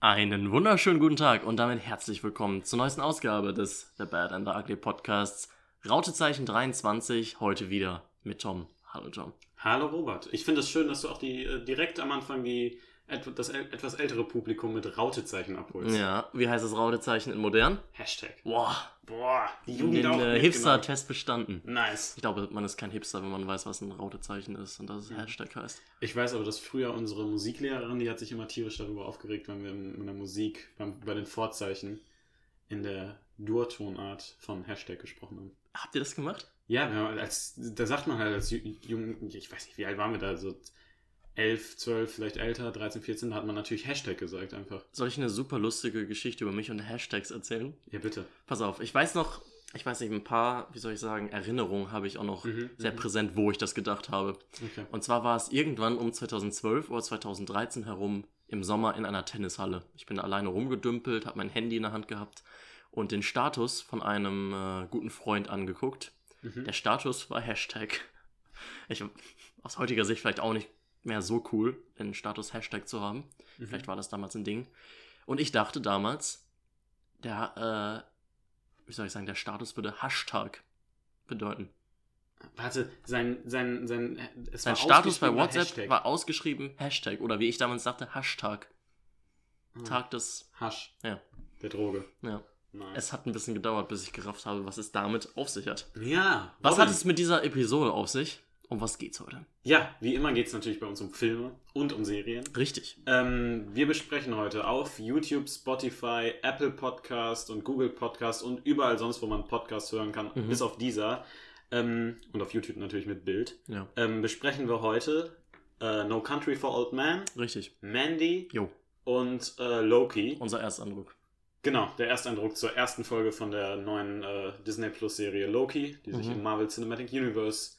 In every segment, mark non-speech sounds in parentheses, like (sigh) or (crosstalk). Einen wunderschönen guten Tag und damit herzlich willkommen zur neuesten Ausgabe des The Bad and the Ugly Podcasts. Rautezeichen 23, heute wieder mit Tom. Hallo Tom. Hallo Robert. Ich finde es schön, dass du auch die, äh, direkt am Anfang die, et- das äl- etwas ältere Publikum mit Rautezeichen abholst. Ja, wie heißt das Rautezeichen in modern? Hashtag. Boah, Boah, die Jugend den äh, auch. mitgenommen. Hipster-Test bestanden. Nice. Ich glaube, man ist kein Hipster, wenn man weiß, was ein Rautezeichen ist und dass es Hashtag heißt. Ich weiß aber, dass früher unsere Musiklehrerin, die hat sich immer tierisch darüber aufgeregt, wenn wir in, in der Musik, beim, bei den Vorzeichen, in der Durtonart von Hashtag gesprochen haben. Habt ihr das gemacht? Ja, wir haben als, da sagt man halt als Ju- jung, ich weiß nicht, wie alt waren wir da, so 11, 12, vielleicht älter, 13, 14, da hat man natürlich Hashtag gesagt einfach. Soll ich eine super lustige Geschichte über mich und Hashtags erzählen? Ja, bitte. Pass auf, ich weiß noch, ich weiß nicht, ein paar, wie soll ich sagen, Erinnerungen habe ich auch Mhm. noch sehr präsent, wo ich das gedacht habe. Okay. Und zwar war es irgendwann um 2012 oder 2013 herum im Sommer in einer Tennishalle. Ich bin alleine rumgedümpelt, habe mein Handy in der Hand gehabt und den Status von einem äh, guten Freund angeguckt. Mhm. Der Status war Hashtag. Ich, aus heutiger Sicht vielleicht auch nicht mehr so cool, den Status Hashtag zu haben. Mhm. Vielleicht war das damals ein Ding. Und ich dachte damals, der, äh, wie soll ich sagen, der Status würde Hashtag bedeuten. Warte, sein, sein, sein, es Sein war Status bei ausgeschrieben WhatsApp Hashtag. war ausgeschrieben Hashtag oder wie ich damals sagte, Hashtag. Hm. Tag des, Hasch. Ja. Der Droge. ja. Nein. Es hat ein bisschen gedauert, bis ich gerafft habe, was es damit auf sich hat. ja. Was Robin. hat es mit dieser Episode auf sich? Um was geht's heute? Ja, wie immer geht es natürlich bei uns um Filme und um Serien. Richtig. Ähm, wir besprechen heute auf YouTube, Spotify, Apple Podcast und Google Podcast und überall sonst, wo man Podcasts hören kann, Mhm. bis auf dieser. Ähm, und auf YouTube natürlich mit Bild. Ja. Ähm, besprechen wir heute äh, No Country for Old Man, Richtig. Mandy Jo, und äh, Loki. unser Ersteindruck. Genau, der Ersteindruck zur ersten Folge von der neuen äh, Disney Plus Serie Loki, die sich Mhm. im Marvel Cinematic Universe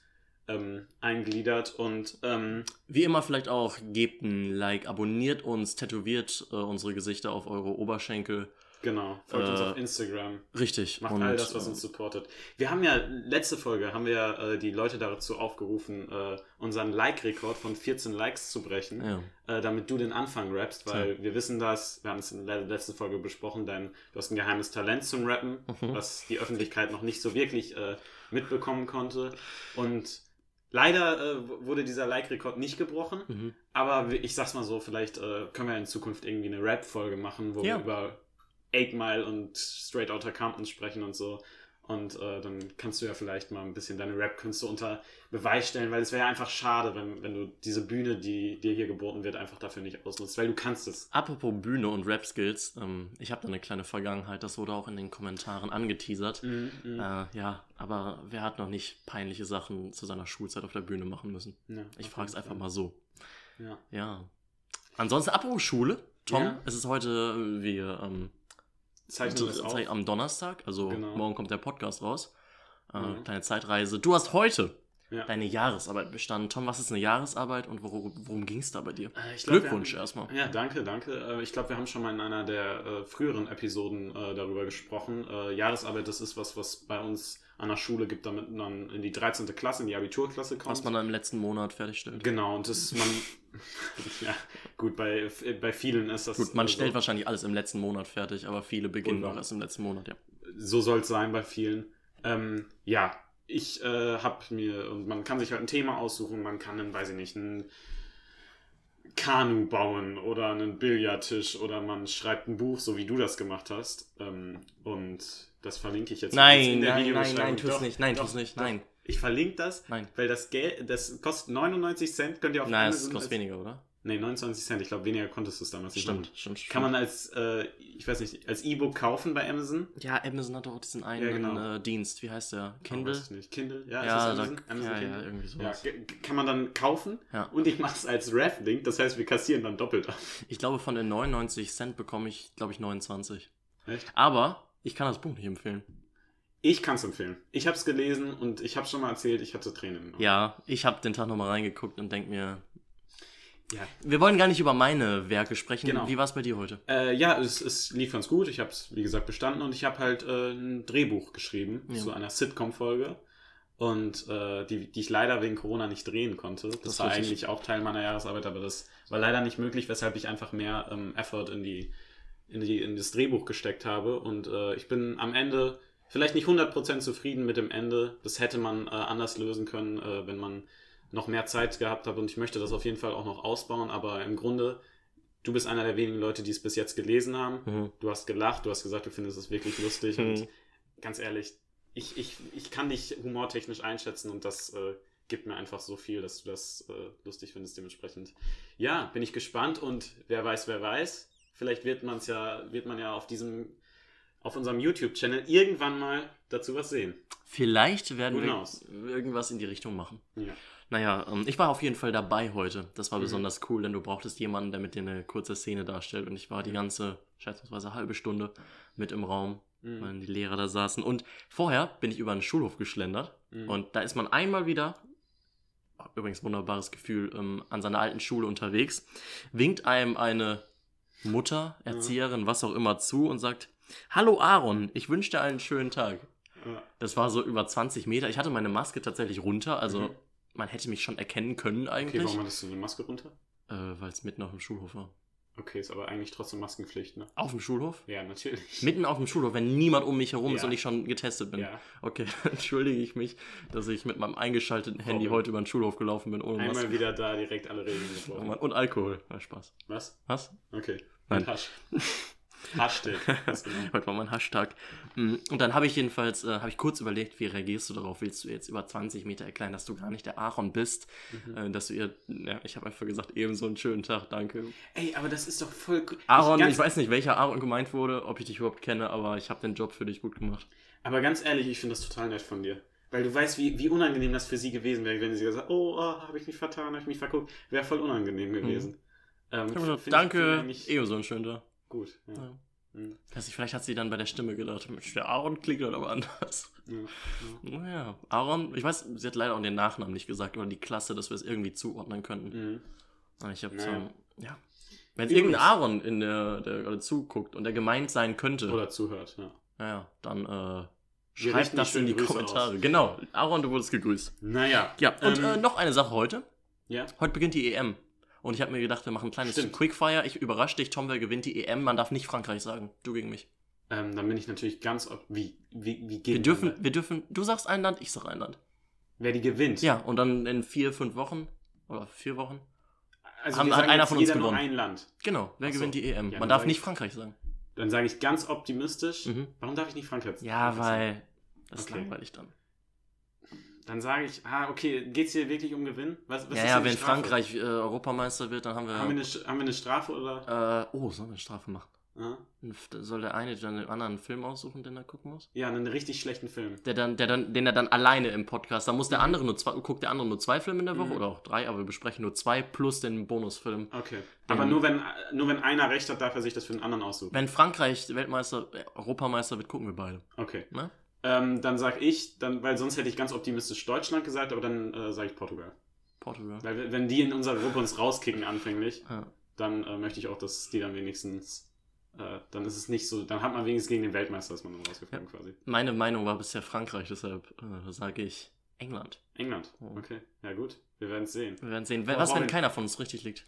ähm, eingliedert und ähm, Wie immer vielleicht auch, gebt ein Like, abonniert uns, tätowiert äh, unsere Gesichter auf eure Oberschenkel. genau, folgt uns Äh, auf Instagram, Richtig. macht Und, all das, was äh, uns supportet. Wir haben ja, letzte Folge haben wir äh, die Leute dazu aufgerufen, äh, unseren Like-Rekord von 14 Likes zu brechen, Ja. äh, damit du den Anfang rappst, weil wir wissen das, wir haben es in der letzten Folge besprochen, denn du hast ein geheimes Talent zum Rappen, Mhm. was die Öffentlichkeit noch nicht so wirklich äh, mitbekommen konnte. Und leider äh, w- wurde dieser Like-Rekord nicht gebrochen, Mhm. aber wir- ich sag's mal so, vielleicht äh, können wir in Zukunft irgendwie eine Rap-Folge machen, wo Ja. wir über 8 Mile und Straight Outta Compton sprechen und so. Und äh, dann kannst du ja vielleicht mal ein bisschen deine Rap-Künste unter Beweis stellen, weil es wäre ja einfach schade, wenn, wenn du diese Bühne, die dir hier geboten wird, einfach dafür nicht ausnutzt, weil du kannst es. Apropos Bühne und Rap-Skills, ähm, ich habe da eine kleine Vergangenheit, das wurde auch in den Kommentaren angeteasert. Mhm, mhm. Äh, ja, aber wer hat noch nicht peinliche Sachen zu seiner Schulzeit auf der Bühne machen müssen? Ja, Ich auf frage es jeden einfach Fall. mal so. Ja. Ja. Ansonsten, apropos Schule, Tom, Ja. es ist heute, äh, wir ähm, Also, Zeichnen wir es auf. am Donnerstag, also Genau. morgen kommt der Podcast raus. Äh, Mhm. Kleine Zeitreise. Du hast heute Ja. deine Jahresarbeit bestanden. Tom, was ist eine Jahresarbeit und worum, worum ging es da bei dir? Äh, ich glaub, wir Glückwunsch haben- erstmal. Ja, danke, danke. Äh, Ich glaube, wir haben schon mal in einer der äh, früheren Episoden äh, darüber gesprochen. Äh, Jahresarbeit, das ist was, was bei uns an der Schule gibt, damit man in die 13. Klasse, in die Abiturklasse kommt. Was man da im letzten Monat fertigstellt. genau, und (laughs) das man. (laughs) ja, gut, bei, äh, bei vielen ist das. Gut, man äh, so. stellt wahrscheinlich alles im letzten Monat fertig, aber viele beginnen Unwahr. auch erst im letzten Monat, ja. so soll es sein bei vielen. Ähm, ja, ich äh, habe mir, und man kann sich halt ein Thema aussuchen, man kann dann, weiß ich nicht, ein Kanu bauen oder einen Billardtisch oder man schreibt ein Buch, so wie du das gemacht hast. Ähm, und das verlinke ich jetzt übrigens Nein, nein, nein, Videobeschreibung. nein, tu es Doch, nicht, nein, tu doch, es nicht, doch. nein, Ich verlinke das, nein. weil das Geld, das kostet 99 Cent, könnt ihr auf Nein, es Amazon kostet als- weniger, oder? Nee, 29 Cent, ich glaube, weniger konntest du es damals nicht Stimmt, machen. stimmt, stimmt. Kann man als, äh, ich weiß nicht, als E-Book kaufen bei Amazon? ja, Amazon hat doch auch diesen einen Ja, genau. äh, Dienst, wie heißt der? Oh, Kindle? weiß ich nicht. Kindle, ja, ist das ja, da, Amazon? Amazon ja, ja, Kindle? irgendwie Ja, sowas. g- g- kann man dann kaufen Ja. und ich mache es als Ref-Link, das heißt, wir kassieren dann doppelt ab. Ich glaube, von den 99 Cent bekomme ich, glaube ich, 29. Echt? Aber ich kann das Buch nicht empfehlen. Ich kann es empfehlen. Ich habe es gelesen und ich habe schon mal erzählt, ich hatte Tränen im Auge. Ja, ich habe den Tag nochmal reingeguckt und denke mir, Ja, wir wollen gar nicht über meine Werke sprechen. Genau. Wie war es bei dir heute? äh, ja es, es lief ganz gut. Ich habe es, wie gesagt, bestanden und ich habe halt äh, ein Drehbuch geschrieben Ja. zu einer Sitcom-Folge. Und äh, die, die ich leider wegen Corona nicht drehen konnte. Das, Das war wusste ich. eigentlich auch Teil meiner Jahresarbeit, aber das war leider nicht möglich, weshalb ich einfach mehr ähm, Effort in die in, die, in das Drehbuch gesteckt habe. Und äh, ich bin am Ende vielleicht nicht 100% zufrieden mit dem Ende. Das hätte man äh, anders lösen können, äh, wenn man noch mehr Zeit gehabt hat. Und ich möchte das auf jeden Fall auch noch ausbauen. Aber im Grunde, du bist einer der wenigen Leute, die es bis jetzt gelesen haben. Mhm. Du hast gelacht, du hast gesagt, du findest es wirklich lustig. Mhm. Und ganz ehrlich, ich, ich, ich kann dich humortechnisch einschätzen und das äh, gibt mir einfach so viel, dass du das äh, lustig findest dementsprechend. Ja, bin ich gespannt und wer weiß, wer weiß. Vielleicht wird man es ja, wird man ja auf diesem, auf unserem YouTube-Channel irgendwann mal dazu was sehen. Vielleicht werden Who wir knows? irgendwas in die Richtung machen. Ja. Naja, ähm, ich war auf jeden Fall dabei heute. Das war Mhm. besonders cool, denn du brauchtest jemanden, der mit dir eine kurze Szene darstellt. Und ich war die ganze, schätzungsweise halbe Stunde mit im Raum, Mhm. weil die Lehrer da saßen. Und vorher bin ich über einen Schulhof geschlendert. Mhm. Und da ist man einmal wieder, übrigens wunderbares Gefühl, ähm, an seiner alten Schule unterwegs, winkt einem eine Mutter, Mhm. Erzieherin, was auch immer zu und sagt, Hallo Aaron, ich wünsche dir einen schönen Tag. Ja. Das war so über 20 Meter. Ich hatte meine Maske tatsächlich runter, also Mhm. man hätte mich schon erkennen können Okay, eigentlich, warum hattest du die Maske runter? äh, weil es mitten auf dem Schulhof war. Okay, ist aber eigentlich trotzdem Maskenpflicht, ne? Auf dem Schulhof? Ja, natürlich. Mitten auf dem Schulhof, wenn niemand um mich herum ist Ja. und ich schon getestet bin. Ja. Okay, (laughs) entschuldige ich mich, dass ich mit meinem eingeschalteten Handy Warum? heute über den Schulhof gelaufen bin, ohne Maske. Einmal wieder da direkt alle Regeln Oh gebrochen. Mann, Und Alkohol. Na, Spaß. Was? Was? Okay. Nein. Und Hasch. (laughs) Hashtag. Das genau. Heute war mein Hashtag. Mm, Und dann habe ich jedenfalls, äh, habe ich kurz überlegt, wie reagierst du darauf? Willst du jetzt über 20 Meter erklären, dass du gar nicht der Aaron bist? Mhm. Äh, dass du ihr, ja, ich habe einfach gesagt, ebenso einen schönen Tag, danke. (laughs) Ey, aber das ist doch voll. gu- Aaron, ganz, ich weiß nicht, welcher Aaron gemeint wurde, ob ich dich überhaupt kenne, aber ich habe den Job für dich gut gemacht. Aber ganz ehrlich, ich finde das total nett von dir. Weil du weißt, wie, wie unangenehm das für sie gewesen wäre, wenn sie gesagt oh, oh habe ich mich vertan, habe ich mich verguckt. Wäre voll unangenehm gewesen. Ähm, Ich hab gesagt, find ich- Mhm. danke, find ich eigentlich ebenso einen schönen Tag. gut. Ja. Ja. Mhm. Weiß ich, vielleicht hat sie dann bei der Stimme gedacht, Mensch, der Aaron klingt dann aber anders. Ja. Ja. Naja, Aaron, ich weiß, sie hat leider auch den Nachnamen nicht gesagt oder die Klasse, dass wir es irgendwie zuordnen könnten. Mhm. Aber Ich habe Naja. so, ja. Wenn es Übrigens- irgendein Aaron in der, der gerade zuguckt und der gemeint sein könnte, Oder zuhört, ja. naja, dann äh, Wir schreibt richten das die in die schönen Grüße Kommentare. Genau, Aaron, du wurdest gegrüßt. Naja. Ja, und Ähm, äh, noch eine Sache heute. ja. Heute beginnt die EM. Und ich habe mir gedacht, wir machen ein kleines Stimmt. Quickfire. Ich überrasche dich, Tom, wer gewinnt die EM? Man darf nicht Frankreich sagen. Du gegen mich. Ähm, dann bin ich natürlich ganz. ob- Wie, wie, wie Wir geht dürfen, wir dürfen, du sagst ein Land, ich sag ein Land. Wer die gewinnt. Ja, und dann in vier, fünf Wochen oder vier Wochen. Also Haben- wir hat sagen einer jetzt von uns jeder nur gewonnen. ein Land. Genau, wer Ach so. gewinnt die EM? Ja, Man dann darf sag nicht ich- Frankreich sagen. Dann sage ich ganz optimistisch. Mhm. Warum darf ich nicht Frankreich? Ja, Frankreich sagen? weil das ist Okay. langweilig dann. Dann sage ich, ah, okay, geht's hier wirklich um Gewinn? Was, was ja, ist ja, denn die wenn Strafe? Frankreich äh, Europameister wird, dann haben Haben, wir wir. eine, Sch- haben wir eine Strafe oder? äh, oh, sollen wir eine Strafe machen? Ja. Soll der eine dann den anderen einen Film aussuchen, den er gucken muss? ja, einen richtig schlechten Film. Der dann, der dann, den er dann alleine im Podcast. Da muss der Mhm. andere nur zwei, guckt der andere nur zwei Filme in der Woche Mhm. oder auch drei, aber wir besprechen nur zwei plus den Bonusfilm. Okay. Den- Aber nur wenn, nur wenn einer recht hat, darf er sich das für den anderen aussuchen. Wenn Frankreich Weltmeister, äh, Europameister wird, gucken wir beide. Okay. Ne? Ähm, dann sage ich, dann, weil sonst hätte ich ganz optimistisch Deutschland gesagt, aber dann äh, sage ich Portugal. Portugal. Weil wir- wenn die in unserer Gruppe uns rauskicken anfänglich, Ja. dann äh, möchte ich auch, dass die dann wenigstens, äh, dann ist es nicht so, dann hat man wenigstens gegen den Weltmeister, ist man dann rausgeflogen quasi. Meine Meinung war bisher Frankreich, deshalb äh, sage ich England. England. Oh. Okay, ja gut. Wir werden es sehen. Wir werden sehen, we- Oh, was, wenn Robin. keiner von uns richtig liegt.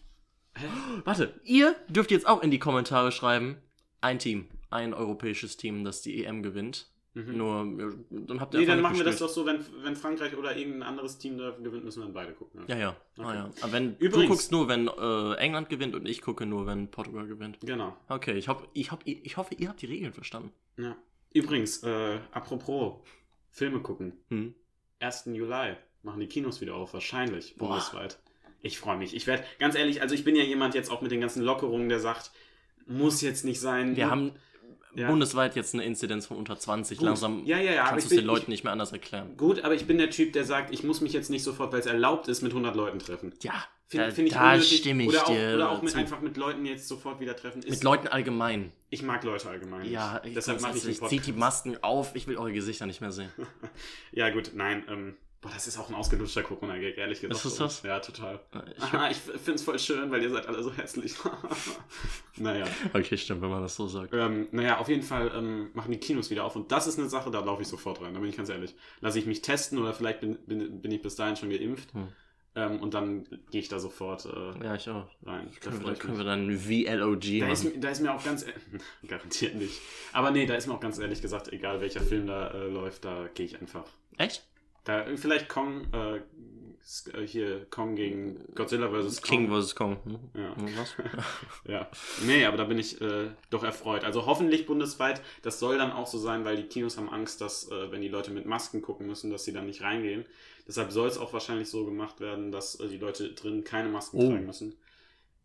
Hä? (gasps) Warte, ihr dürft jetzt auch in die Kommentare schreiben, ein Team, ein europäisches Team, das die EM gewinnt. Mhm. Nur, äh, dann habt ihr Nee, dann einfach machen wir das mitgespielt. doch so, wenn, wenn Frankreich oder irgendein anderes Team da gewinnt, müssen wir dann beide gucken. Ja, ja. Ah, Okay. ja. Aber wenn, du Übrigens- guckst nur, wenn äh, England gewinnt und ich gucke nur, wenn Portugal gewinnt. Genau. Okay, ich, hab, ich, hab, ich hoffe, ihr habt die Regeln verstanden. Ja. Übrigens, äh, apropos Filme gucken. Hm. 1. Juli machen die Kinos wieder auf, wahrscheinlich, Boah. bundesweit. Ich freue mich. Ich werde, ganz ehrlich, also ich bin ja jemand jetzt auch mit den ganzen Lockerungen, der sagt, muss jetzt nicht sein. Wir Nur- haben Ja. bundesweit jetzt eine Inzidenz von unter 20. Gut. Langsam ja, ja, ja, aber kannst ich du es bin, den Leuten nicht mehr anders erklären. Ich, gut, aber ich bin der Typ, der sagt, ich muss mich jetzt nicht sofort, weil es erlaubt ist, mit 100 Leuten treffen. Ja, Find- da, find ich da unnötig. stimme ich oder auch, dir Oder auch mit, zu. einfach mit Leuten jetzt sofort wieder treffen. Ist, mit Leuten allgemein. ich mag Leute allgemein. nicht. Ja, ich, deshalb mache ich den ich zieht die Podcast. Masken auf, ich will eure Gesichter nicht mehr (laughs) sehen. Ja, gut, nein, ähm, boah, das ist auch ein ausgelutschter Corona-Gag, ehrlich gesagt. Ist es das? Ja, total. Ich, Ah, (laughs) ich find's voll schön, weil ihr seid alle so hässlich. (laughs) naja. okay, stimmt, wenn man das so sagt. Ähm, naja, auf jeden Fall ähm, machen die Kinos wieder auf und das ist eine Sache, da laufe ich sofort rein, da bin ich ganz ehrlich. Lasse ich mich testen oder vielleicht bin, bin, bin ich bis dahin schon geimpft. Hm. Ähm, und dann gehe ich da sofort äh, Ja, ich auch. rein. Da Können, freu wir, ich können mich. wir dann VLOG Da ist, machen. mi- da ist mir auch ganz. e- (laughs) Garantiert nicht. Aber nee, da ist mir auch ganz ehrlich gesagt, egal welcher Film da äh, läuft, da gehe ich einfach. Echt? Da, vielleicht Kong, äh, s- äh, hier, Kong gegen Godzilla vs. Kong. King vs. Kong. Hm? Ja. Hm, Was? Ja. Nee, aber da bin ich äh, doch erfreut. Also hoffentlich bundesweit. Das soll dann auch so sein, weil die Kinos haben Angst, dass, äh, wenn die Leute mit Masken gucken müssen, dass sie dann nicht reingehen. Deshalb soll es auch wahrscheinlich so gemacht werden, dass äh, die Leute drin keine Masken Oh. tragen müssen.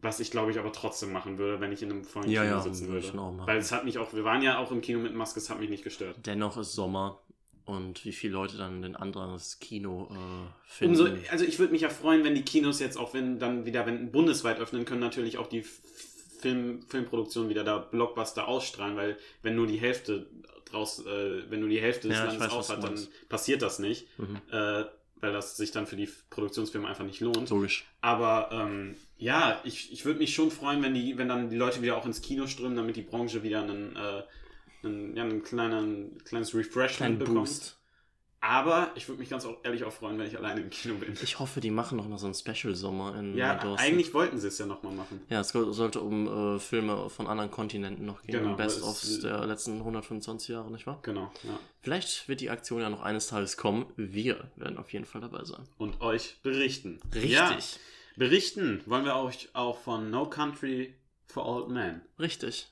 Was ich, glaube ich, aber trotzdem machen würde, wenn ich in einem vollen ja, Kino ja, sitzen würde ich würde. schon auch machen. Weil es hat mich auch, wir waren ja auch im Kino mit Maske, es hat mich nicht gestört. Dennoch ist Sommer und wie viele Leute dann ein anderes Kino äh, finden. Umso, also ich würde mich ja freuen, wenn die Kinos jetzt auch wenn dann wieder, wenn bundesweit öffnen, können natürlich auch die F- Film, Filmproduktion wieder da Blockbuster ausstrahlen, weil wenn nur die Hälfte draus, äh, wenn nur die Hälfte des Ja, ich Landes weiß, was auf du hat, dann meinst. passiert das nicht, mhm. äh, weil das sich dann für die Produktionsfirmen einfach nicht lohnt. Logisch. Aber ähm, ja, ich, ich würde mich schon freuen, wenn die, wenn dann die Leute wieder auch ins Kino strömen, damit die Branche wieder einen, äh, einen, ja, einen kleinen, kleines Refreshment Kleinen bekommt. Boost. Aber ich würde mich ganz auch ehrlich auch freuen, wenn ich alleine im Kino bin. Ich hoffe, die machen noch mal so einen Special-Sommer in Ja, äh, Dawson. eigentlich wollten sie es ja nochmal machen. Ja, es go- sollte um äh, Filme von anderen Kontinenten noch gehen. Genau, um Best aber es- ofs der letzten 125 Jahre, nicht wahr? Genau, ja. Vielleicht wird die Aktion ja noch eines Tages kommen. Wir werden auf jeden Fall dabei sein. Und euch berichten. Richtig. Ja, berichten wollen wir euch auch von No Country for Old Men. Richtig.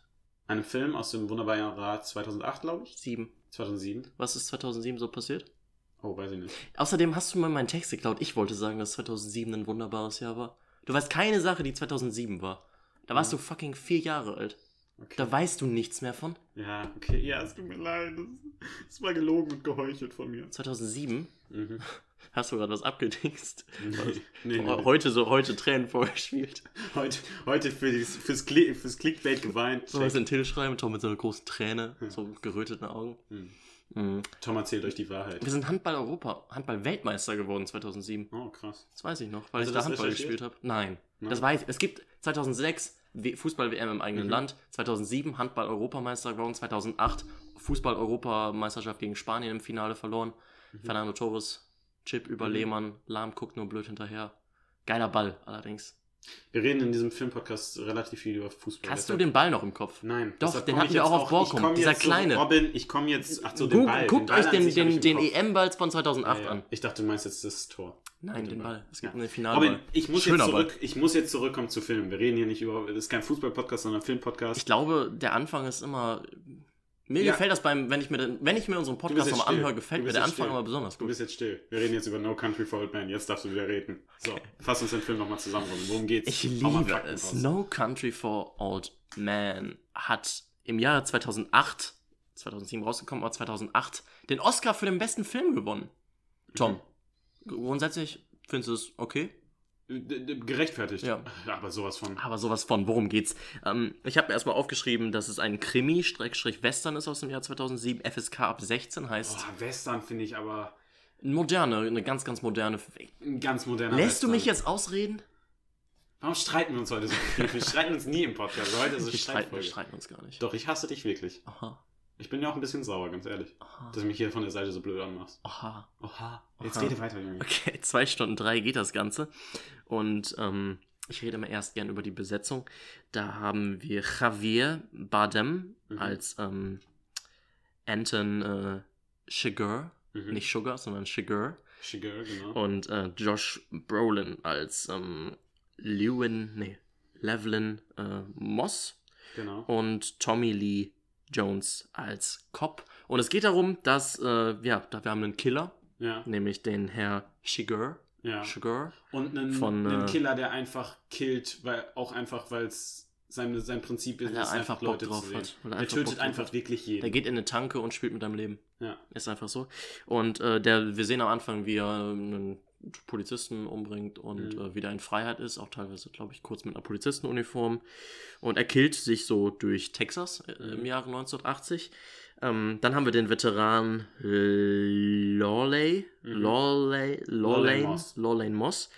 Einem Film aus dem wunderbaren Jahr 2008, glaube ich. Sieben. 2007. Was ist 2007 so passiert? Oh, weiß ich nicht. Außerdem hast du mir meinen Text geklaut. Ich wollte sagen, dass 2007 ein wunderbares Jahr war. Du weißt keine Sache, die 2007 war. Da warst Mhm. du fucking vier Jahre alt. Okay. Da weißt du nichts mehr von. Ja, okay. Ja, es tut mir leid. Es- Es war gelogen und geheuchelt von mir. 2007 Mhm. hast du gerade was abgedinkst. (laughs) Nee, nee, nee. Heu- Heute so, heute Tränen vorgespielt. Heute, heute für die, fürs, Kli fürs Clickbait geweint. So was in Till schreiben, Tom mit so einer großen Träne, so geröteten Augen. Hm. Mhm. Tom erzählt euch die Wahrheit. Wir sind Handball-Europa, Handball-Weltmeister geworden 2007. Oh, krass. Das weiß ich noch, weil Hast ich du da das Handball recherchiert? gespielt habe. Nein, Nein? das weiß ich. Es gibt 2006 W- Fußball-WM im eigenen Mhm. Land, 2007 Handball-Europameister geworden, 2008 Fußball-Europameisterschaft gegen Spanien im Finale verloren. Mhm. Fernando Torres, Chip über Mhm. Lehmann, Lahm guckt nur blöd hinterher. Geiler Ball allerdings. Wir reden in diesem Filmpodcast relativ viel über Fußball. Hast du Deshalb- den Ball noch im Kopf? Nein. Doch, deshalb den komm hatten ich wir jetzt auch auf Borkum, ich komm dieser jetzt zu kleine. Robin, ich komme jetzt. Ach so, den Google- Ball. guckt Ball euch an den, sich hab ich den, im den Kopf. EM-Ball von 2008 Ja, ja. an. Ich dachte, du meinst jetzt das Tor. Nein, Den den Ball. Ball. Es gibt Ja. einen Robin, Finalball. ich muss, jetzt Schöner Ball. zurück, ich muss jetzt zurückkommen zu Filmen. Wir reden hier nicht über. Das ist kein Fußball-Podcast, sondern ein Ich Film-Podcast. glaube, der Anfang ist immer. Mir Ja. gefällt das beim, wenn ich mir, den, wenn ich mir unseren Du bist Podcast jetzt nochmal still. anhöre, Du gefällt mir bist der jetzt Anfang still. immer besonders Du gut. bist jetzt still. Wir reden jetzt über No Country for Old Men. Jetzt darfst du wieder reden. So, fass uns den Film nochmal zusammen, Robin. Worum geht's? Ich Hau mal liebe Fakten es. raus. No Country for Old Man hat im Jahre 2008, 2007 rausgekommen, aber 2008 den Oscar für den besten Film gewonnen. Tom, Mhm. grundsätzlich findest du es okay? Äh, D- d- Gerechtfertigt. Ja. Ah, Aber sowas von. Aber sowas von, worum geht's? Ähm, ich habe mir erstmal aufgeschrieben, dass es ein Krimi-Western ist aus dem Jahr 2007, FSK ab 16 heißt. Boah, Western finde ich aber Moderne, eine ganz, ganz moderne. ein ganz moderner Lässt du Western. mich jetzt ausreden? Warum streiten wir uns heute so viel? Wir streiten uns nie im Podcast. Heute ist wir, streiten, wir es Streitfolge. streiten uns gar nicht. Doch, ich hasse dich wirklich. Aha, Ich bin ja auch ein bisschen sauer, ganz ehrlich. aha, Dass du mich hier von der Seite so blöd anmachst. aha. Oha. Mhm. Jetzt Ah. Oha. rede weiter, Junge. Okay, (laughs) zwei Stunden drei geht das Ganze. Und ähm, ich rede mal erst gern über die Besetzung. Da haben wir Javier Bardem Mhm. als ähm, Anton äh, Sugar. Mhm. Nicht Sugar, sondern Sugar. Shigirl, genau. Und äh, Josh Brolin als ähm, Lewin, nee, Levlin äh, Moss. genau. und Tommy Lee Jones als Cop. Und es geht darum, dass, äh, ja, da wir haben einen Killer, Ja, nämlich den Herr Shiger. ja. Shiger. Und einen, Von, einen äh, Killer, der einfach killt, weil auch einfach, weil es sein, sein Prinzip ist, Weil er es einfach Bock drauf sehen. hat. Weil er Der einfach Bock tötet drauf einfach hat. wirklich jeden. Der geht in eine Tanke und spielt mit deinem Leben. Ja. Ist einfach so. Und äh, der, wir sehen am Anfang, wie er einen Polizisten umbringt und Mhm. äh, wieder in Freiheit ist, auch teilweise, glaube ich, kurz mit einer Polizistenuniform. Und er killt sich so durch Texas äh, im Mhm. Jahre 1980. Ähm, dann haben wir den Veteran äh, Lawley, Mhm. Lawley, Lawley Lawley, Moss. Lawley Moss.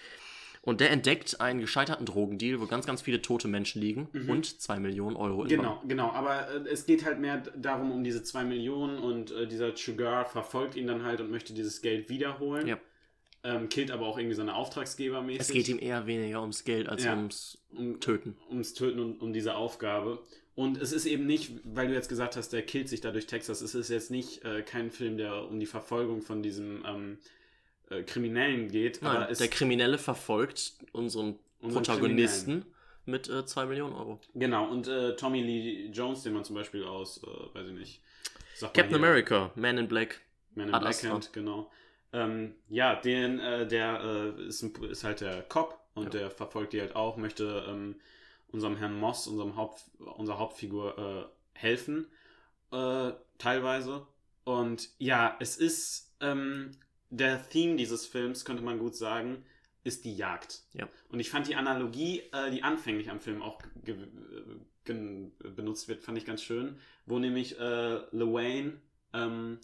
Und der entdeckt einen gescheiterten Drogendeal, wo ganz, ganz viele tote Menschen liegen Mhm. und 2 Millionen Euro in Genau, genau. Aber äh, es geht halt mehr d- darum, um diese 2 Millionen und äh, dieser Sugar verfolgt ihn dann halt und möchte dieses Geld wiederholen. Ja. Ähm, killt aber auch irgendwie seine Auftragsgeber mäßig. Es geht ihm eher weniger ums Geld als Ja. ums um, Töten. ums Töten und um diese Aufgabe. Und es ist eben nicht, weil du jetzt gesagt hast, der killt sich dadurch Texas, es ist jetzt nicht äh, kein Film, der um die Verfolgung von diesem ähm, äh, Kriminellen geht, aber Nein, es der Kriminelle verfolgt unseren unseren Protagonisten mit äh, 2 Millionen Euro. Kriminellen. Genau, und äh, Tommy Lee Jones, den man zum Beispiel aus, äh, weiß ich nicht, sag mal Captain hier, America, Man in Black. Man in Ad Black Astra. Hand, genau. Ähm, ja, den, äh, der äh, ist, ein, ist halt der Cop und Ja. der verfolgt die halt auch, möchte ähm, unserem Herrn Moss, unserem Haupt, unserer Hauptfigur, äh, helfen, äh, teilweise. Und ja, es ist ähm, der Theme dieses Films, könnte man gut sagen, ist die Jagd. Ja. Und ich fand die Analogie, äh, die anfänglich am Film auch ge äh, gen benutzt wird, fand ich ganz schön, wo nämlich äh, Lewain ähm,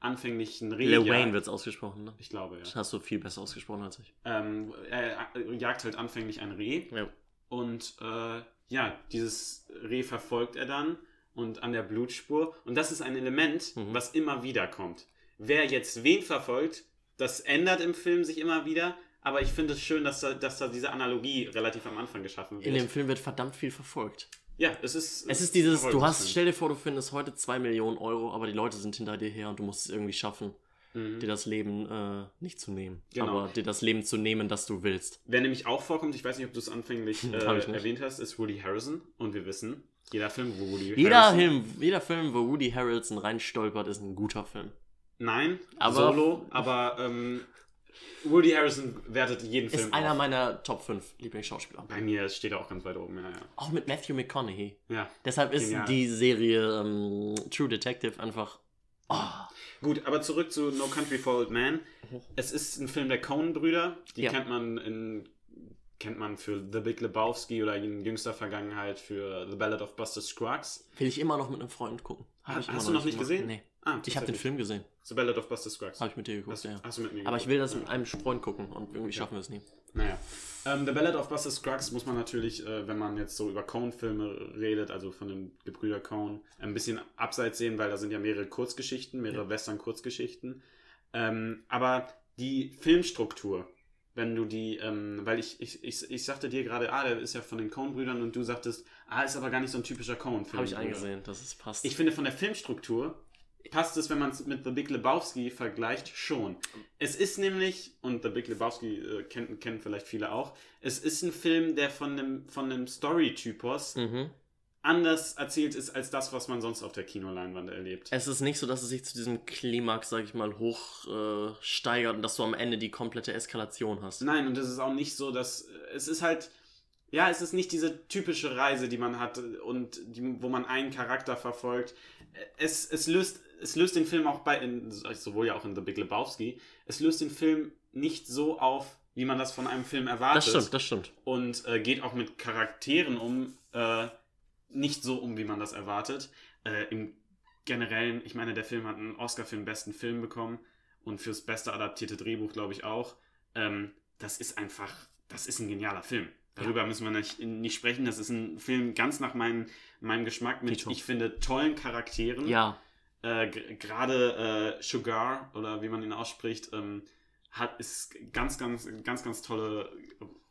anfänglich ein Reh Lil jagt. Wayne wird es ausgesprochen, ne? Ich glaube, ja. Das hast du viel besser ausgesprochen als ich. Ähm, er äh, jagt halt anfänglich ein Reh Ja. und äh, ja, dieses Reh verfolgt er dann und an der Blutspur. Und das ist ein Element, Mhm. was immer wieder kommt. Wer jetzt wen verfolgt, das ändert im Film sich immer wieder. Aber ich finde es schön, dass da, dass da diese Analogie relativ am Anfang geschaffen In wird. dem Film wird verdammt viel verfolgt. ja, es ist. Es ist dieses, du hast, Verfolgungsfilm. stell dir vor, du findest heute 2 Millionen Euro, aber die Leute sind hinter dir her und du musst es irgendwie schaffen, Mhm. dir das Leben äh, nicht zu nehmen. Genau. Aber dir das Leben zu nehmen, das du willst. Wer nämlich auch vorkommt, ich weiß nicht, ob du es anfänglich äh, (laughs) Hab ich nicht. erwähnt hast, ist Woody Harrison. Und wir wissen, jeder Film, wo Woody Jeder Harrison. Film, jeder Film, wo Woody Harrelson reinstolpert, ist ein guter Film. Nein, Aber- Solo, aber ähm, Woody Harrison wertet jeden Film. Ist einer auf. meiner Top 5 Lieblingsschauspieler. Bei mir steht er auch ganz weit oben, ja, ja. Auch mit Matthew McConaughey. ja. Deshalb ist Genial. die Serie ähm, True Detective einfach. Oh, Gut, aber zurück zu No Country for Old Man. Es ist ein Film der Coen-Brüder. Die Ja. kennt man in kennt man für The Big Lebowski oder in jüngster Vergangenheit für The Ballad of Buster Scruggs. will ich immer noch mit einem Freund gucken. Hab Ha- ich immer hast du noch nicht gemacht. gesehen? Nee. Ah, Ich habe den Film gesehen. The Ballad of Buster Scruggs. Habe ich mit dir geguckt, hast, ja. hast du mit mir Aber ich geguckt? will das mit einem Freund gucken und irgendwie schaffen wir es nie. Naja. Ähm, The Ballad of Buster Scruggs muss man natürlich, äh, wenn man jetzt so über Coen-Filme redet, also von den Gebrüder Coen, ein bisschen abseits sehen, weil da sind ja mehrere Kurzgeschichten, mehrere Western-Kurzgeschichten. Ähm, aber die Filmstruktur, wenn du die, ähm, weil ich, ich, ich, ich sagte dir gerade, ah, der ist ja von den Coen-Brüdern und du sagtest, ah, ist aber gar nicht so ein typischer Coen-Film. Habe ich eingesehen, dass es passt. Ich finde, von der Filmstruktur passt es, wenn man es mit The Big Lebowski vergleicht, schon. Es ist nämlich, und The Big Lebowski äh, kennen, kennen vielleicht viele auch, es ist ein Film, der von einem, von einem Story-Typos mhm. anders erzählt ist als das, was man sonst auf der Kinoleinwand erlebt. Es ist nicht so, dass es sich zu diesem Klimax, sag ich mal, hoch äh, steigert und dass du am Ende die komplette Eskalation hast. Nein, und es ist auch nicht so, dass es ist halt ja, es ist nicht diese typische Reise, die man hat äh, und die, wo man einen Charakter verfolgt. Äh, Es, es löst es löst den Film auch bei in, sowohl ja auch in The Big Lebowski. Es löst den Film nicht so auf, wie man das von einem Film erwartet das stimmt, das stimmt. und äh, geht auch mit Charakteren um, äh, nicht so um, wie man das erwartet. Äh, Im Generellen, ich meine, der Film hat einen Oscar für den besten Film bekommen und fürs beste adaptierte Drehbuch, glaube ich, auch. Ähm, das ist einfach, das ist ein genialer Film. Darüber müssen wir nicht, nicht sprechen. Das ist ein Film ganz nach meinem, meinem Geschmack mit, Tito. ich finde, tollen Charakteren. Ja, Äh, gr- gerade äh, Sugar oder wie man ihn ausspricht, ähm, hat ist ganz, ganz, ganz, ganz tolle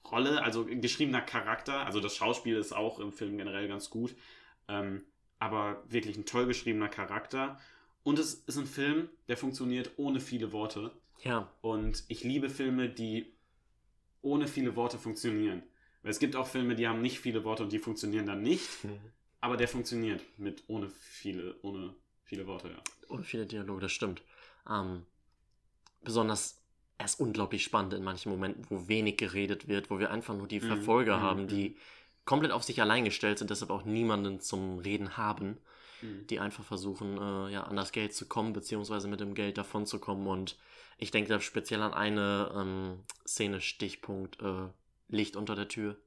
Rolle, also geschriebener Charakter. Also das Schauspiel ist auch im Film generell ganz gut, ähm, aber wirklich ein toll geschriebener Charakter. Und es ist ein Film, der funktioniert ohne viele Worte. (laughs) ja. Und ich liebe Filme, die ohne viele Worte funktionieren. Weil es gibt auch Filme, die haben nicht viele Worte und die funktionieren dann nicht. Aber der funktioniert mit ohne viele, ohne viele Worte, ja. Ohne viele Dialoge, das stimmt. Ähm, besonders, er ist unglaublich spannend in manchen Momenten, wo wenig geredet wird, wo wir einfach nur die Mhm, Verfolger mhm, haben, mhm. die komplett auf sich allein gestellt sind, deshalb auch niemanden zum Reden haben, Mhm. die einfach versuchen, äh, ja, an das Geld zu kommen, beziehungsweise mit dem Geld davon zu kommen. Und ich denke da speziell an eine ähm, Szene, Stichpunkt, äh, Licht unter der Tür.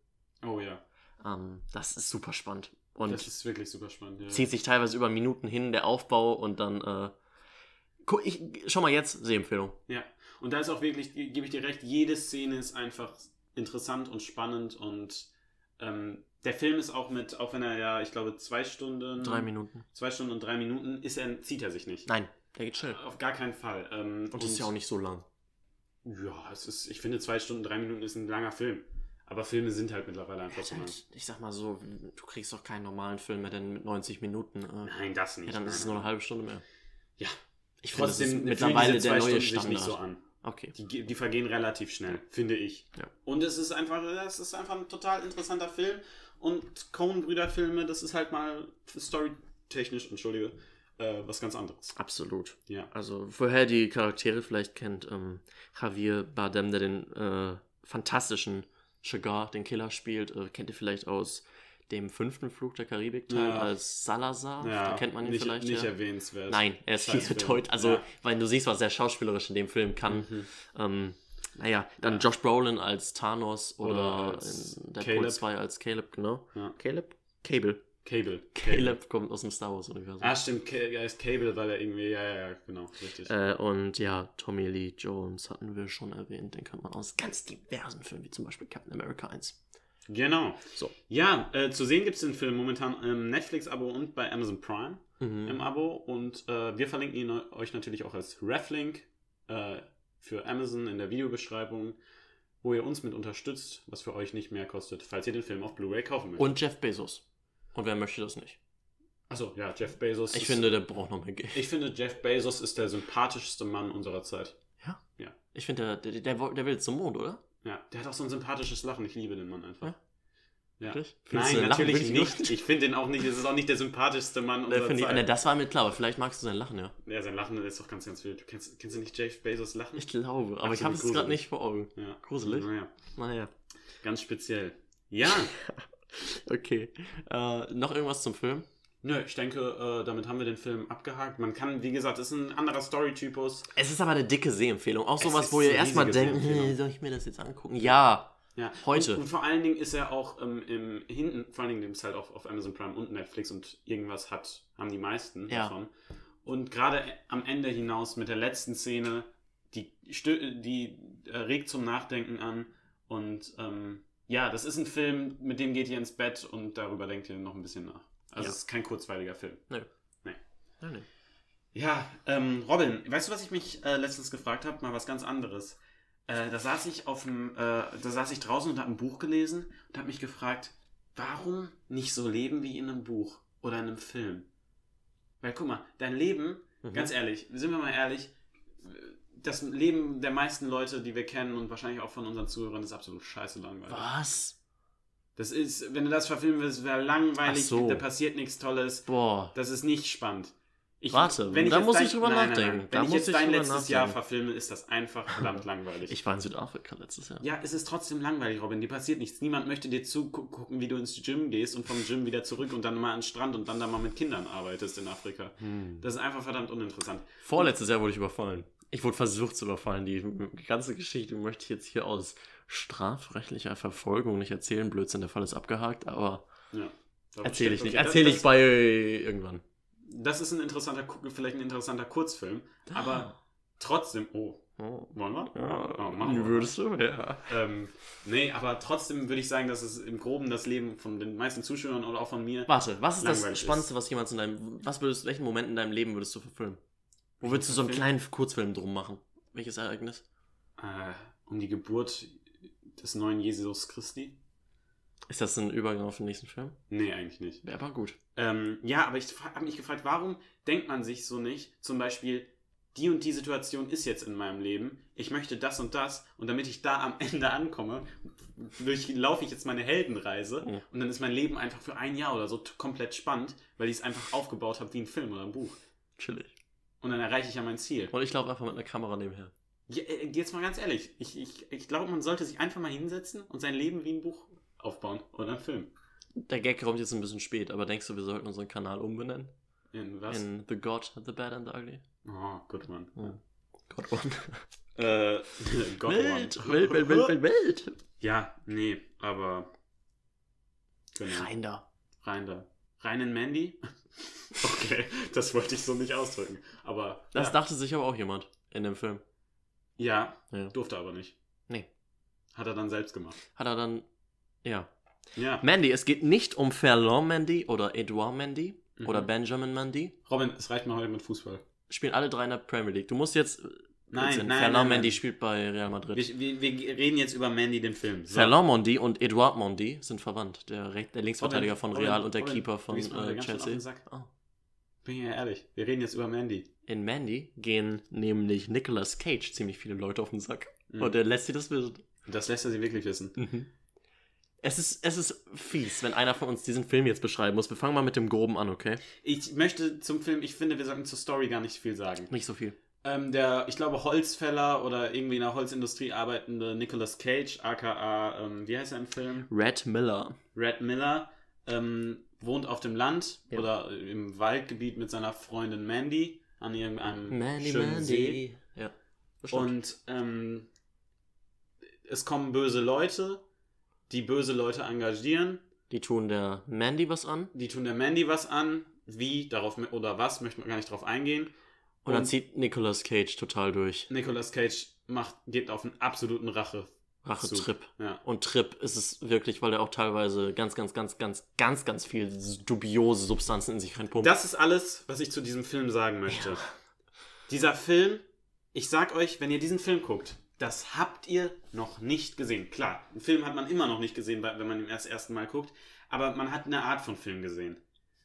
Oh ja, Ähm, das ist super spannend. Und das ist wirklich super spannend. Ja. zieht sich teilweise über Minuten hin, der Aufbau und dann. Äh, gu- ich, schau mal jetzt, Sehempfehlung. ja. Und da ist auch wirklich, ge- gebe ich dir recht, jede Szene ist einfach interessant und spannend und ähm, der Film ist auch mit, auch wenn er ja, ich glaube, zwei Stunden, Drei Minuten. zwei Stunden und drei Minuten ist er, zieht er sich nicht. Äh, Nein, der geht schnell. Auf gar keinen Fall. Ähm, Und das ist ja auch nicht so lang. Ja, es ist, ich finde, zwei Stunden, drei Minuten ist ein langer Film. Aber Filme sind halt mittlerweile einfach so Hätte lang. halt, ich sag mal so, du kriegst doch keinen normalen Film mehr denn mit 90 Minuten. Äh, Nein, das nicht. ja, dann ist es nur eine halbe Stunde mehr. Ja. Ich finde, das Trotzdem ist fühlen mittlerweile diese der zwei neue Stunden Standard. Sich nicht so an. Okay. Die, ge- die vergehen relativ schnell, finde ich. Ja. Und es ist einfach, es ist einfach ein total interessanter Film. Und Coen-Brüder-Filme, das ist halt mal storytechnisch, entschuldige, äh, was ganz anderes. Absolut. Ja. Also, woher die Charaktere vielleicht kennt, ähm, Javier Bardem, der den äh, fantastischen Sugar, den Killer spielt, äh, kennt ihr vielleicht aus dem fünften Flug der Karibik-Teil Ja. als Salazar. ja da kennt man ihn nicht, vielleicht. Nicht ja. erwähnenswert. Nein, er ist hier Scheiß Film. deutlich. Also, Ja. weil du siehst, was er schauspielerisch in dem Film kann. Mhm. Ähm, naja, dann Ja. Josh Brolin als Thanos oder, Oder als in Deadpool Caleb. 2 als Caleb, genau. Ja. Caleb? Cable. (laughs) Cable. Caleb kommt aus dem Star Wars-Universum. Ah, stimmt, Ca- er ist Cable, weil er irgendwie, ja, ja, ja, genau, richtig. Äh, und ja, Tommy Lee Jones hatten wir schon erwähnt. Den kennt man aus ganz diversen Filmen, wie zum Beispiel Captain America 1. Genau. So. Ja, äh, zu sehen gibt es den Film momentan im Netflix-Abo und bei Amazon Prime im Mhm. Abo. Und äh, wir verlinken ihn eu- euch natürlich auch als Reflink äh, für Amazon in der Videobeschreibung, wo ihr uns mit unterstützt, was für euch nicht mehr kostet, falls ihr den Film auf Blu-ray kaufen möchtet. Und Jeff Bezos. Und wer möchte das nicht? Achso, ja, Jeff Bezos. Ich ist, finde, der braucht noch mehr Geld. ich finde, Jeff Bezos ist der sympathischste Mann unserer Zeit. Ich finde, der, der, der, woll- der will zum Mond, oder? Ja, der hat auch so ein sympathisches Lachen. Ich liebe den Mann einfach. Ja. Wirklich? Findest du Nein, den Lachen natürlich wirklich nicht. gut? Ich finde den auch nicht. Das ist auch nicht der sympathischste Mann Der unserer finde ich, Zeit. ne, das war mir klar, aber vielleicht magst du sein Lachen, ja. Ja, sein Lachen ist doch ganz, ganz wild. Du kennst, kennst du nicht Jeff Bezos Lachen? Ich glaube, aber ich Absolut habe es gerade gruselig. Mhm. nicht vor Augen. Ja. Gruselig. Naja, Naja. ganz speziell. Ja, Okay. Äh, noch irgendwas zum Film? nö, ich denke, äh, damit haben wir den Film abgehakt. Man kann, wie gesagt, ist ein anderer Story-Typus. Es ist aber eine dicke Sehempfehlung. Auch Es sowas, ist wo ihr eine erstmal riesige denkt, Sehempfehlung. "Hm, soll ich mir das jetzt angucken? Ja. Ja. Heute. Und, und vor allen Dingen ist er auch ähm, im hinten, vor allen Dingen ist halt auch auf Amazon Prime und Netflix und irgendwas hat, haben die meisten Ja. davon. Und gerade am Ende hinaus mit der letzten Szene, die, stö- die äh, regt zum Nachdenken an. Und ähm, ja, das ist ein Film, mit dem geht ihr ins Bett und darüber denkt ihr noch ein bisschen nach. Also Ja. es ist kein kurzweiliger Film. Nein, nein. Ja, ähm, Robin, weißt du, was ich mich äh, letztens gefragt habe? Mal was ganz anderes. Äh, da saß ich auf dem, äh, da saß ich draußen und habe ein Buch gelesen und habe mich gefragt, warum nicht so leben wie in einem Buch oder in einem Film? Weil guck mal, dein Leben, Mhm. ganz ehrlich, sind wir mal ehrlich, das Leben der meisten Leute, die wir kennen und wahrscheinlich auch von unseren Zuhörern, ist absolut scheiße langweilig. Was? Das ist, wenn du das verfilmen willst, wäre langweilig, Ach so. da passiert nichts Tolles. Boah. Das ist nicht spannend. Ich, Warte, da jetzt muss ich drüber nachdenken. Wenn Da ich muss jetzt ich dein drüber letztes nachdenken. Jahr verfilme, ist das einfach (laughs) verdammt langweilig. Ich war in Südafrika letztes Jahr. ja, es ist trotzdem langweilig, Robin. Dir passiert nichts. Niemand möchte dir zugucken, wie du ins Gym gehst und vom Gym wieder zurück und dann mal an den Strand und dann da mal mit Kindern arbeitest in Afrika. Hm. Das ist einfach verdammt uninteressant. Vorletztes Jahr wurde ich überfallen. Ich wurde versucht zu überfallen. Die ganze Geschichte möchte ich jetzt hier aus strafrechtlicher Verfolgung nicht erzählen. Blödsinn, der Fall ist abgehakt, aber Ja. Darum erzähle ich steht- nicht. okay, das- Erzähle ich das- bei äh, irgendwann. Das ist ein interessanter, Ku- vielleicht ein interessanter Kurzfilm, aber trotzdem. Oh, Oh. wollen wir? Ja, oh, machen wir. würdest du? Ja. Ähm, nee, aber trotzdem würde ich sagen, dass es im Groben das Leben von den meisten Zuschauern oder auch von mir. Warte, was ist das Langweilig Spannendste, was jemals in deinem, was würdest, welchen Moment in deinem Leben würdest du verfilmen? Wo würdest du so einen Verfilmen? kleinen Kurzfilm drum machen? Welches Ereignis? Äh, um die Geburt des neuen Jesus Christi? Ist das ein Übergang auf den nächsten Film? Nee, eigentlich nicht. Wäre aber gut. Ähm, ja, aber ich habe mich gefragt, warum denkt man sich so nicht? Zum Beispiel, die und die Situation ist jetzt in meinem Leben. Ich möchte das und das. Und damit ich da am (laughs) Ende ankomme, durchlaufe ich jetzt meine Heldenreise. Mhm. Und dann ist mein Leben einfach für ein Jahr oder so t- komplett spannend, weil ich es einfach aufgebaut habe wie ein Film oder ein Buch. Chillig. Und dann erreiche ich ja mein Ziel. Und ich laufe einfach mit einer Kamera nebenher. Ja, äh, jetzt mal ganz ehrlich, ich, ich, ich glaube, man sollte sich einfach mal hinsetzen und sein Leben wie ein Buch aufbauen oder einen Film. Der Gag kommt jetzt ein bisschen spät, aber denkst du, wir sollten unseren Kanal umbenennen? In was? In The God, The Bad and the Ugly? oh, gut, Mann. God One. (laughs) Äh, Gott, Wild, wild, wild, wild, wild, wild. Ja, nee, aber. Genau. Rein. Rein da. Rein da. Rein in Mandy? (laughs) okay, das wollte ich so nicht ausdrücken. Aber. Das ja. dachte sich aber auch jemand in dem Film. ja, Ja. durfte aber nicht. Nee. Hat er dann selbst gemacht. Hat er dann, ja. Ja. Mandy, es geht nicht um Fernand Mandy oder Edouard Mandy Mhm. oder Benjamin Mandy. Robin, es reicht mal heute mit Fußball. Spielen alle drei in der Premier League. Du musst jetzt äh, Nein, nein, Fernand Mendy spielt bei Real Madrid. Wir, wir, wir reden jetzt über Mandy, den Film. So. Fernand Mondi und Edouard Mondi sind verwandt. Der, Rech- der Linksverteidiger Robin, von Robin, Real und der Robin, Keeper du von gehst mir heute äh, ganz schön auf den Chelsea. Sack. Ah. Bin ja ehrlich, wir reden jetzt über Mandy. In Mandy gehen nämlich Nicolas Cage ziemlich viele Leute auf den Sack. Mhm. Und er lässt sie das wissen. Und das lässt er sie wirklich wissen. Es ist, es ist fies, wenn einer von uns diesen Film jetzt beschreiben muss. Wir fangen mal mit dem Groben an, okay? Ich möchte zum Film, ich finde, wir sollten zur Story gar nicht viel sagen. Nicht so viel. Ähm, der, ich glaube, Holzfäller oder irgendwie in der Holzindustrie arbeitende Nicolas Cage, aka, ähm, wie heißt er im Film? Red Miller. Red Miller, ähm, wohnt auf dem Land Ja. oder im Waldgebiet mit seiner Freundin Mandy an irgendeinem Mandy, schönen See. Mandy. Ja. Und Und ähm, es kommen böse Leute, die böse Leute engagieren, die tun der Mandy was an. die tun der Mandy was an. Wie, darauf oder was, möchte man gar nicht drauf eingehen. Und dann Und- zieht Nicolas Cage total durch. Nicolas Cage macht, geht auf einen absoluten Rache. Rache-Trip. Ja. Und Trip ist es wirklich, weil er auch teilweise ganz, ganz, ganz, ganz, ganz, ganz viel dubiose Substanzen in sich reinpumpt. Das ist alles, was ich zu diesem Film sagen möchte. Dieser Film, ich sag euch, wenn ihr diesen Film guckt, das habt ihr noch nicht gesehen. Klar, einen Film hat man immer noch nicht gesehen, weil- wenn man ihn erst ersten Mal guckt, aber man hat eine Art von Film gesehen.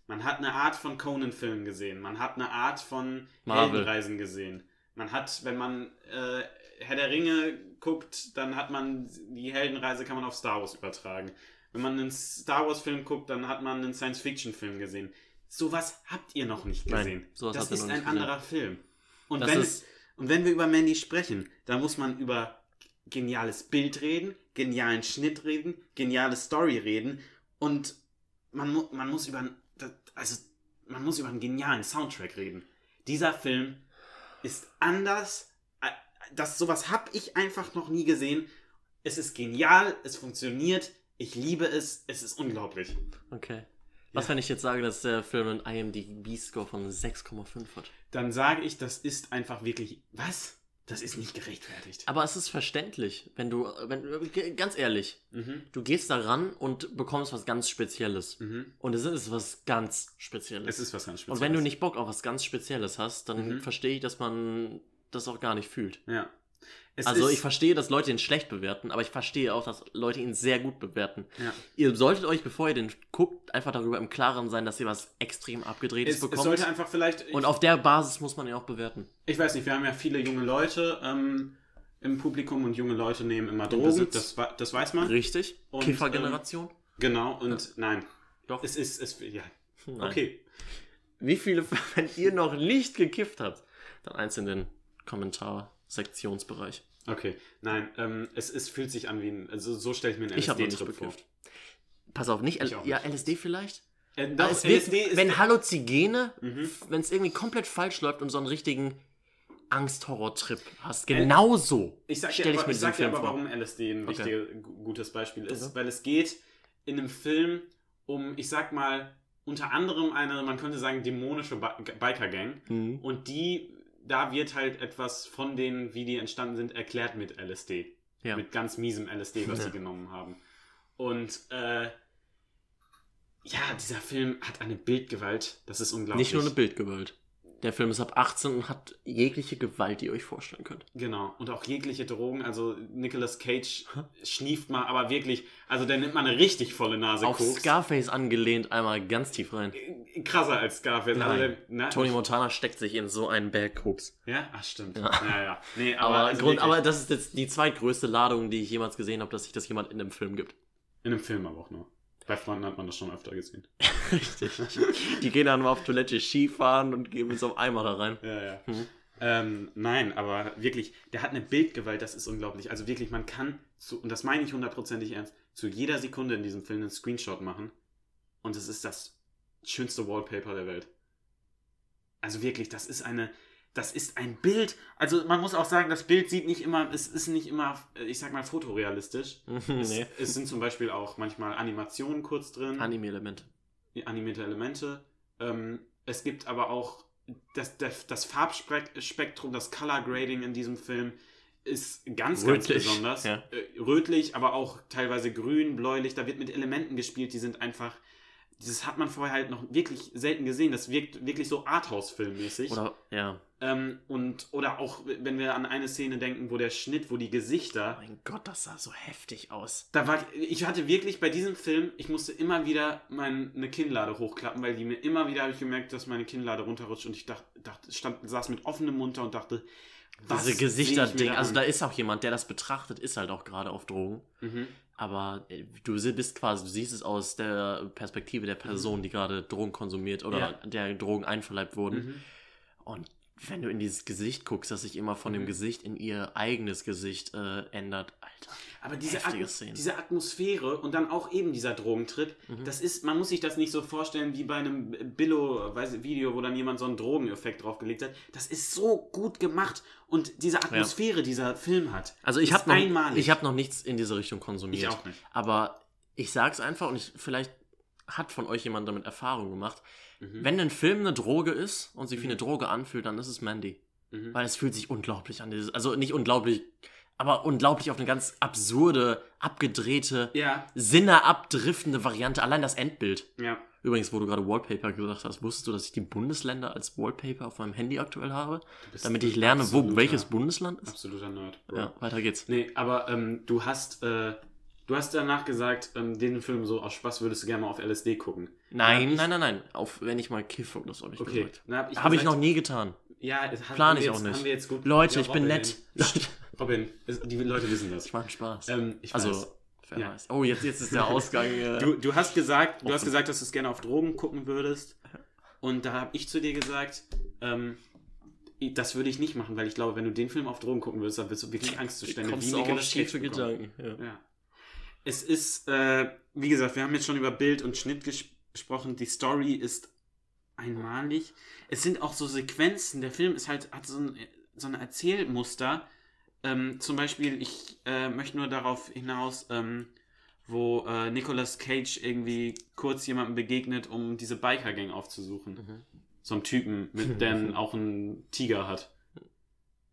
Man hat eine Art von Conan-Film gesehen. Man hat eine Art von Marvel. Heldenreisen gesehen. Man hat, wenn man äh, Herr der Ringe guckt, dann hat man die Heldenreise kann man auf Star Wars übertragen. Wenn man einen Star Wars-Film guckt, dann hat man einen Science-Fiction-Film gesehen. Sowas habt ihr noch nicht Nein, gesehen. sowas das habt ihr ist noch ein nicht anderer Film. Und Das wenn, ist- und wenn wir über Mandy sprechen, dann muss man über geniales Bild reden, genialen Schnitt reden, geniale Story reden und man, mu man muss über ein- das- also man muss über einen genialen Soundtrack reden. Dieser Film ist anders. äh, Das sowas habe ich einfach noch nie gesehen. Es ist genial, es funktioniert, ich liebe es, es ist unglaublich. Okay. Was, wenn ich jetzt sage, dass der Film einen IMDb-Score von 6,5 hat? Dann sage ich, das ist einfach wirklich was? Das ist nicht gerechtfertigt. Aber es ist verständlich, wenn du, wenn, ganz ehrlich, Mhm. du gehst da ran und bekommst was ganz Spezielles. Mhm. Und es ist was ganz Spezielles. Es ist was ganz Spezielles. Und wenn du nicht Bock auf was ganz Spezielles hast, dann Mhm. verstehe ich, dass man das auch gar nicht fühlt. Ja. Es also ist, ich verstehe, dass Leute ihn schlecht bewerten, aber ich verstehe auch, dass Leute ihn sehr gut bewerten. Ja. Ihr solltet euch, bevor ihr den guckt, einfach darüber im Klaren sein, dass ihr was extrem abgedrehtes es, es bekommt. sollte einfach vielleicht. Und auf der Basis muss man ihn auch bewerten. ich weiß nicht, wir haben ja viele junge Leute ähm, im Publikum und junge Leute nehmen immer Drogen. Besitz. Das, wa- das weiß man. Richtig? Und, Kiffergeneration? Genau, und nein. Doch. Es ist, es, ja. Nein. Okay. Wie viele, (laughs) wenn ihr noch nicht gekifft habt, dann eins in den Kommentar-Sektionsbereich. Okay. Nein, ähm, es, es fühlt sich an wie ein, also so stelle ich mir einen Ich habe noch nicht LSD-Trip vor. bekifft. Pass auf, nicht, Ich L- auch ja, nicht. LSD vielleicht? Äh, doch, Aber es wirkt, LSD ist, wenn Halluzigene, Mhm. wenn es irgendwie komplett falsch läuft und so einen richtigen Angst-Horror-Trip hast, genauso ich sag dir stelle ich aber, mir ich diesen sag dir Film aber vor. warum LSD ein Okay. wichtiges, gu- gutes Beispiel ist, Also. weil es geht in einem Film um, ich sag mal, unter anderem eine, man könnte sagen, dämonische Bi- Biker-Gang. Mhm. Und die, da wird halt etwas von denen, wie die entstanden sind, erklärt mit LSD. Ja. Mit ganz miesem LSD, was Ja. sie genommen haben. Und äh, ja, dieser Film hat eine Bildgewalt, das ist unglaublich. Nicht nur eine Bildgewalt. Der Film ist ab 18 und hat jegliche Gewalt, die ihr euch vorstellen könnt. Genau, und auch jegliche Drogen, also Nicolas Cage schnieft mal, aber wirklich, also der nimmt mal eine richtig volle Nase Auf Koks. Äh, Scarface angelehnt, einmal ganz tief rein. Krasser als Scarface. Also Nein. der, na, Tony Montana steckt sich in so einen Bag Koks. Ja, ach stimmt. Ja, Ja. ja. Nee, aber, Aber, also Grund, wirklich, aber das ist jetzt die zweitgrößte Ladung, die ich jemals gesehen habe, dass sich das jemand in einem Film gibt. in einem Film aber auch nur. Bei Freunden hat man das schon öfter gesehen. (laughs) Richtig. die gehen dann mal auf Toilette Skifahren und geben es auf einmal da rein. Ja, ja. Mhm. Ähm, nein, aber wirklich, der hat eine Bildgewalt, das ist unglaublich. Also wirklich, man kann, zu, und das meine ich hundertprozentig ernst, zu jeder Sekunde in diesem Film einen Screenshot machen. Und es ist das schönste Wallpaper der Welt. Also wirklich, das ist eine, das ist ein Bild. Also man muss auch sagen, das Bild sieht nicht immer, es ist nicht immer, ich sag mal, fotorealistisch. (laughs) Es, nee. es sind zum Beispiel auch manchmal Animationen kurz drin Mhm. Anime-Elemente. animierte Elemente. Ähm, es gibt aber auch das, das, das Farbspektrum, das Color Grading in diesem Film ist ganz, ganz Rötlich, besonders. ja. Äh, Rötlich, aber auch teilweise grün, bläulich. Da wird mit Elementen gespielt, die sind einfach, dieses hat man vorher halt noch wirklich selten gesehen. Das wirkt wirklich so Arthouse-Filmmäßig. Oder, ja. Ähm, und, oder auch, wenn wir an eine Szene denken, wo der Schnitt, wo die Gesichter, Mein Gott, das sah so heftig aus. da war, ich hatte wirklich bei diesem Film, ich musste immer wieder meine Kinnlade hochklappen, weil die mir immer wieder habe ich gemerkt, dass meine Kinnlade runterrutscht und ich dachte, dachte stand, saß mit offenem Mund da und dachte, was Diese seh ich mir Gesichterding. da Also an? da ist auch jemand, der das betrachtet, ist halt auch gerade auf Drogen. Mhm. Aber äh, du si- bist quasi, du siehst es aus der Perspektive der Person, die gerade Drogen konsumiert oder Mhm. Ja. der Drogen einverleibt wurden. Mhm. Und wenn du in dieses Gesicht guckst, das sich immer von Mhm. dem Gesicht in ihr eigenes Gesicht äh, ändert. Alter. Aber diese, Heftige Atmo- Szene. diese Atmosphäre und dann auch eben dieser Drogentrip, Mhm. das ist, man muss sich das nicht so vorstellen wie bei einem Billo-Video, wo dann jemand so einen Drogeneffekt draufgelegt hat. Das ist so gut gemacht und diese Atmosphäre, die dieser Film hat. also ich ist habe noch, einmalig. ich hab noch nichts in diese Richtung konsumiert. Ich auch nicht. Aber ich sag's einfach und ich, vielleicht hat von euch jemand damit Erfahrung gemacht. Mhm. Wenn ein Film eine Droge ist und sich wie Mhm. eine Droge anfühlt, dann ist es Mandy. Mhm. Weil es fühlt sich unglaublich an. Dieses, also nicht unglaublich, aber unglaublich auf eine ganz absurde, abgedrehte, Ja, Sinne abdriftende Variante. Allein das Endbild. ja. Übrigens, wo du gerade Wallpaper gesagt hast, wusstest du, dass ich die Bundesländer als Wallpaper auf meinem Handy aktuell habe? Du bist Damit ich ein lerne, wo absoluter- welches Bundesland ist? Absoluter Nerd, Bro. Ja, weiter geht's. Nee, aber ähm, du hast, äh, du hast danach gesagt, ähm, den Film so aus Spaß würdest du gerne mal auf LSD gucken. Nein, ich- nein, nein, nein. Auf, wenn ich mal kiffe, das habe ich Okay. gesagt. dann Hab Habe ich noch gesagt- nie getan. Ja, es hat- Plan haben wir ich jetzt, auch nicht. Haben wir jetzt gut, Leute, Ja, ich bin Robin. nett. Leute, (laughs) Robin, es- die Leute wissen das. ich mache Spaß. Ähm, ich weiß. also, wer Ja. weiß. Oh, jetzt, jetzt ist (laughs) der Ausgang. Äh, Du, du hast gesagt, du Offen. hast gesagt, dass du es gerne auf Drogen gucken würdest. Und da habe ich zu dir gesagt, ähm, i- das würde ich nicht machen, weil ich glaube, wenn du den Film auf Drogen gucken würdest, dann wirst du wirklich Angstzustände kommst du auch auf Cage tiefe bekommen. Gedanken. Ja. Ja. Es ist, äh, wie gesagt, wir haben jetzt schon über Bild und Schnitt ges- gesprochen. Die Story ist einmalig. Es sind auch so Sequenzen. Der Film ist halt, hat so ein, so ein Erzählmuster. Ähm, zum Beispiel, ich äh, möchte nur darauf hinaus, ähm, wo äh, Nicolas Cage irgendwie kurz jemandem begegnet, um diese Biker-Gang aufzusuchen. Mhm. So einem Typen, mit dem auch ein Tiger hat.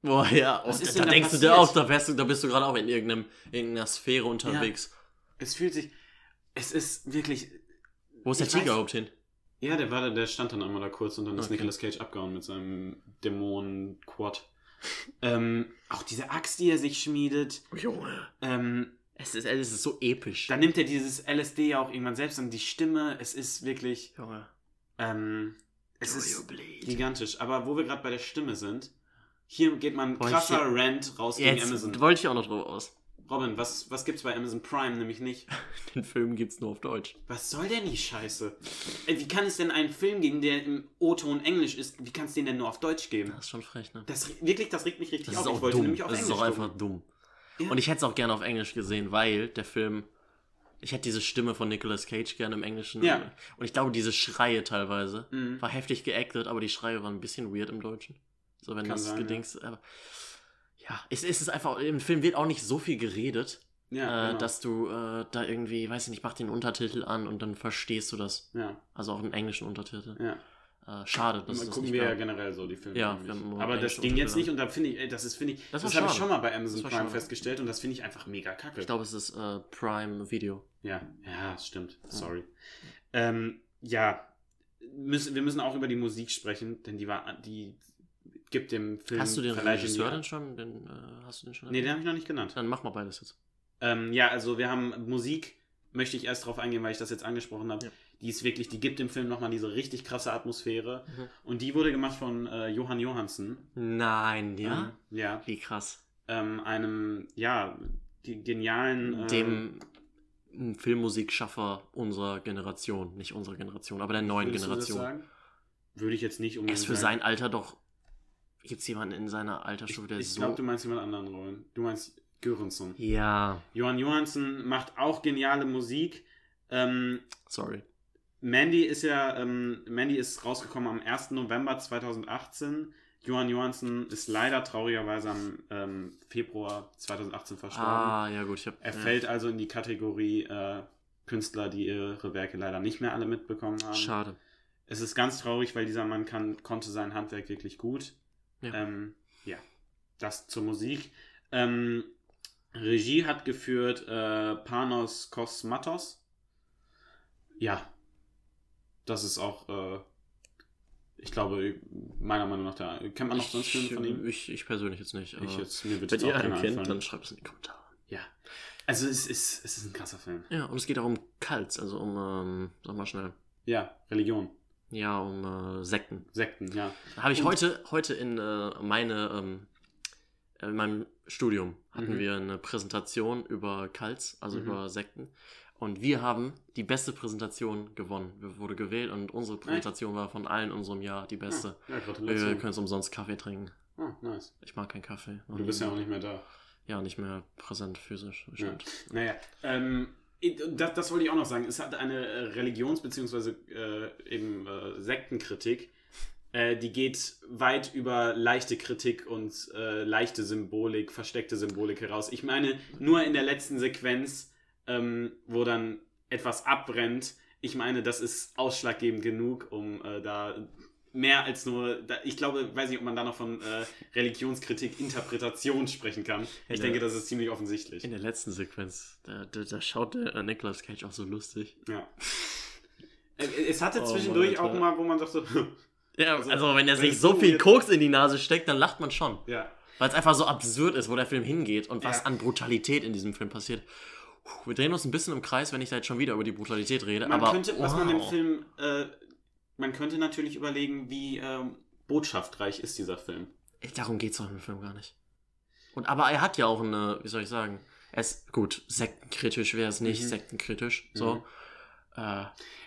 Boah, ja. Was Und ist da, denn da denkst du dir passiert? auch, da, wärst du, da bist du gerade auch in irgendeinem, irgendeiner Sphäre unterwegs. Es fühlt sich. Es ist wirklich. Wo ist der Ich Tiger weiß- überhaupt hin? Ja, der war da, der stand dann einmal da kurz und dann ist Okay. Nicolas Cage abgehauen mit seinem Dämonen-Quad. ähm, auch diese Axt, die er sich schmiedet, Junge. ähm, Es ist, es ist so episch. dann nimmt er dieses LSD ja auch irgendwann selbst an die Stimme. Es ist wirklich, Junge. ähm, es Julio ist Blade. gigantisch. Aber wo wir gerade bei der Stimme sind, hier geht man Wollte krasser Rant raus gegen Jetzt Amazon. wollte ich auch noch drauf aus. Robin, was, was gibt's bei Amazon Prime nämlich nicht? Den Film gibt's nur auf Deutsch. Was soll denn die Scheiße? Ey, Wie kann es denn einen Film geben, der im O-Ton Englisch ist, wie kann es den denn nur auf Deutsch geben? Das ist schon frech, ne? Das re- wirklich, das regt mich richtig Das ist auf. auch ich wollte dumm. nämlich auf Das Englisch ist auch gucken. einfach dumm. Ja. Und ich hätte es auch gerne auf Englisch gesehen, weil der Film. Ich hätte diese Stimme von Nicolas Cage gerne im Englischen. Ja. Und ich glaube, diese Schreie teilweise. Mhm. War heftig geactet, aber die Schreie waren ein bisschen weird im Deutschen. So, wenn Kann das sein, ja. Gedings. Aber, ja, es, es ist einfach. Im Film wird auch nicht so viel geredet, Ja, äh, genau. dass du äh, da irgendwie, weiß ich nicht, mach den Untertitel an und dann verstehst du das. ja, Also auch einen englischen Untertitel. ja. Äh, schade, dass Das das gucken nicht wir ja gab. generell so die Filme. Ja, nämlich. wir haben nur aber das englische ging jetzt Untertitel. nicht und da finde ich, ey, das ist finde ich, ne? Das das, war habe ich schade. schon mal bei Amazon Das war Prime schade. festgestellt und das finde ich einfach mega kacke. Ich glaube, es ist äh, Prime Video. Ja, ja, das stimmt. Sorry. Ähm, ja, müssen, wir müssen auch über die Musik sprechen, denn die war, die gibt dem Film. Hast du den Verleih Regisseur die- denn schon? Den, äh, hast du den schon? Nee, den erwähnt? habe ich noch nicht genannt. Dann mach mal beides jetzt. Ähm, ja, also wir haben Musik, möchte ich erst drauf eingehen, weil ich das jetzt angesprochen habe. Ja. Die ist wirklich, die gibt dem Film nochmal diese richtig krasse Atmosphäre. Mhm. Und die wurde gemacht von äh, Johann Johansen. Nein, ja? Ähm, ja. Wie krass. Ähm, einem, ja, die genialen. ähm, Dem hm, Filmmusikschaffer unserer Generation. Nicht unserer Generation, aber der neuen würdest du das Generation. sagen? Würde ich jetzt nicht Er unbedingt. ist für sagen. sein Alter doch. Gibt es jemanden in seiner Altersstufe, der Ich so. glaube, du meinst jemand anderen, Robin. Du meinst Göransson. ja, Johann Johansen macht auch geniale Musik. Ähm, sorry. Mandy ist ja, ähm, Mandy ist rausgekommen am 1. November 2018. Johann Johansen ist leider traurigerweise am ähm, Februar 2018 verstorben. Ah, ja, gut. Ich hab, Er ja. fällt also in die Kategorie äh, Künstler, die ihre Werke leider nicht mehr alle mitbekommen haben. Schade. Es ist ganz traurig, weil dieser Mann kann, konnte sein Handwerk wirklich gut. Ja. Ähm, ja. Das zur Musik. Ähm, Regie hat geführt äh, Panos Kosmatos. Ja. Das ist auch, äh, ich glaube, meiner Meinung nach, der, kennt man noch sonst Filme von ihm? Ich, ich persönlich jetzt nicht. Aber Ich jetzt, mir wird wenn jetzt ihr auch einen keiner kennt, einfallen. dann schreibt es in die Kommentare. Ja. Also es ist, es ist ein krasser Film. Ja, und es geht auch um Cults, also um, ähm, sag mal schnell, Ja, Religion, ja, um äh, Sekten. Sekten, ja. Habe ich Und- heute, heute in äh, meine, ähm, in meinem Studium hatten Mhm. wir eine Präsentation über Cults, also Mhm. über Sekten. Und wir haben die beste Präsentation gewonnen. Wir wurde gewählt und unsere Präsentation war von allen in unserem Jahr die beste. Ah, ja, wir Gratulation. können es umsonst Kaffee trinken. Ah, nice. Ich mag keinen Kaffee. Noch Du nie bist ja auch gemacht. nicht mehr da. Ja, nicht mehr präsent physisch. das Ja. Stimmt. Naja, ähm, das, das wollte ich auch noch sagen. Es hat eine äh, Religions- bzw. Äh, eben äh, Sektenkritik, äh, die geht weit über leichte Kritik und äh, leichte Symbolik, versteckte Symbolik heraus. Ich meine, nur in der letzten Sequenz, ähm, wo dann etwas abbrennt, ich meine, das ist ausschlaggebend genug, um äh, da mehr als nur, da, ich glaube, weiß nicht, ob man da noch von äh, Religionskritik, Interpretation sprechen kann. Ich Ja. denke, das ist ziemlich offensichtlich. In der letzten Sequenz, da, da, da schaut der äh, Nicolas Cage auch so lustig. Ja. Äh, Es hatte Oh, zwischendurch Mann, auch mal, wo man sagte, Ja, also, Also, wenn er wenn sich es so so viel jetzt- Koks in die Nase steckt, dann lacht man schon. (laughs) ja, Weil es einfach so absurd ist, wo der Film hingeht und was Ja. an Brutalität in diesem Film passiert. Puh, Wir drehen uns ein bisschen im Kreis, wenn ich da jetzt schon wieder über die Brutalität rede. man aber könnte, was man dem wow. Film, äh, man könnte natürlich überlegen, wie ähm, botschaftreich ist dieser Film. Ey, Darum geht es doch im Film gar nicht. Und aber er hat ja auch eine, wie soll ich sagen, er ist gut, sektenkritisch wäre es nicht, Mhm. sektenkritisch. So. Mhm. Äh,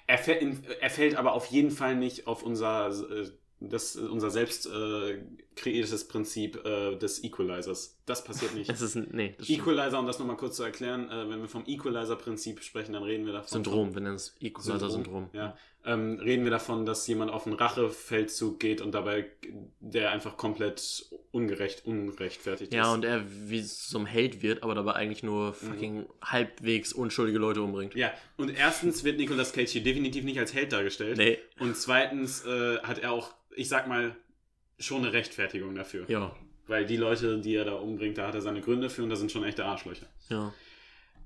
Er, fäll, in, er fällt aber auf jeden Fall nicht auf unser, äh, das, unser selbst äh, kreiertes Prinzip äh, des Equalizers. Das (laughs) passiert nicht. es ist ein. Nee, das stimmt. Equalizer, um das nochmal kurz zu erklären, äh, wenn wir vom Equalizer-Prinzip sprechen, dann reden wir davon. Syndrom, wir nennen es Equalizer-Syndrom. Ja. Ähm, reden wir davon, dass jemand auf einen Rachefeldzug geht und dabei der einfach komplett ungerecht, ungerechtfertigt ist. Ja, und er wie zum Held wird, aber dabei eigentlich Mhm. nur fucking halbwegs unschuldige Leute umbringt. ja, und erstens wird Nicolas Cage hier definitiv nicht als Held dargestellt. Nee. Und zweitens äh, hat er auch, ich sag mal, schon eine Rechtfertigung dafür. Ja. Weil die Leute, die er da umbringt, da hat er seine Gründe für und da sind schon echte Arschlöcher. Ja.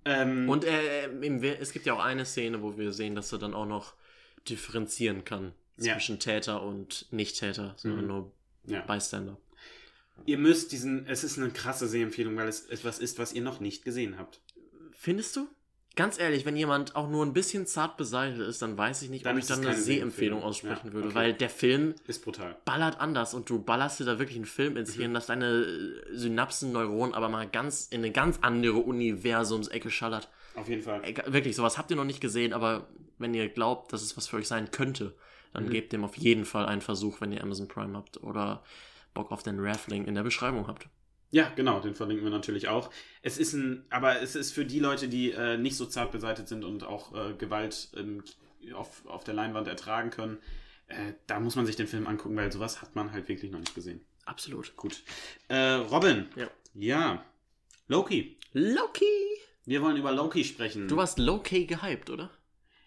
Ähm, Und äh, im, Wir- es gibt ja auch eine Szene, wo wir sehen, dass er dann auch noch differenzieren kann Ja. zwischen Täter und Nicht-Täter, sondern Mhm. nur ja. Bystander. ihr müsst diesen, es ist eine krasse Sehempfehlung, weil es etwas ist, was ihr noch nicht gesehen habt. Findest du? Ganz ehrlich, wenn jemand auch nur ein bisschen zart beseitigt ist, dann weiß ich nicht, Dann ob ich ist es dann eine keine Sehempfehlung Sehempfehlung. aussprechen Ja, würde, okay. weil der Film Ist brutal. ballert anders und du ballerst dir da wirklich einen Film ins Mhm. Hirn, dass deine äh, Synapsen, Neuronen aber mal ganz in eine ganz andere Universumsecke schallert. Auf jeden Fall. Ey, Wirklich, sowas habt ihr noch nicht gesehen, aber wenn ihr glaubt, dass es was für euch sein könnte, dann Mhm. gebt dem auf jeden Fall einen Versuch, wenn ihr Amazon Prime habt oder Bock auf den Raffling in der Beschreibung habt. Ja, genau, den verlinken wir natürlich auch. Es ist ein, aber es ist für die Leute, die äh, nicht so zart beseitigt sind und auch äh, Gewalt ähm, auf, auf der Leinwand ertragen können, äh, da muss man sich den Film angucken, weil sowas hat man halt wirklich noch nicht gesehen. Absolut. Gut. Äh, Robin. Ja. Ja. Loki. Loki! Wir wollen über Loki sprechen. Mhm. Du warst Loki gehypt, oder?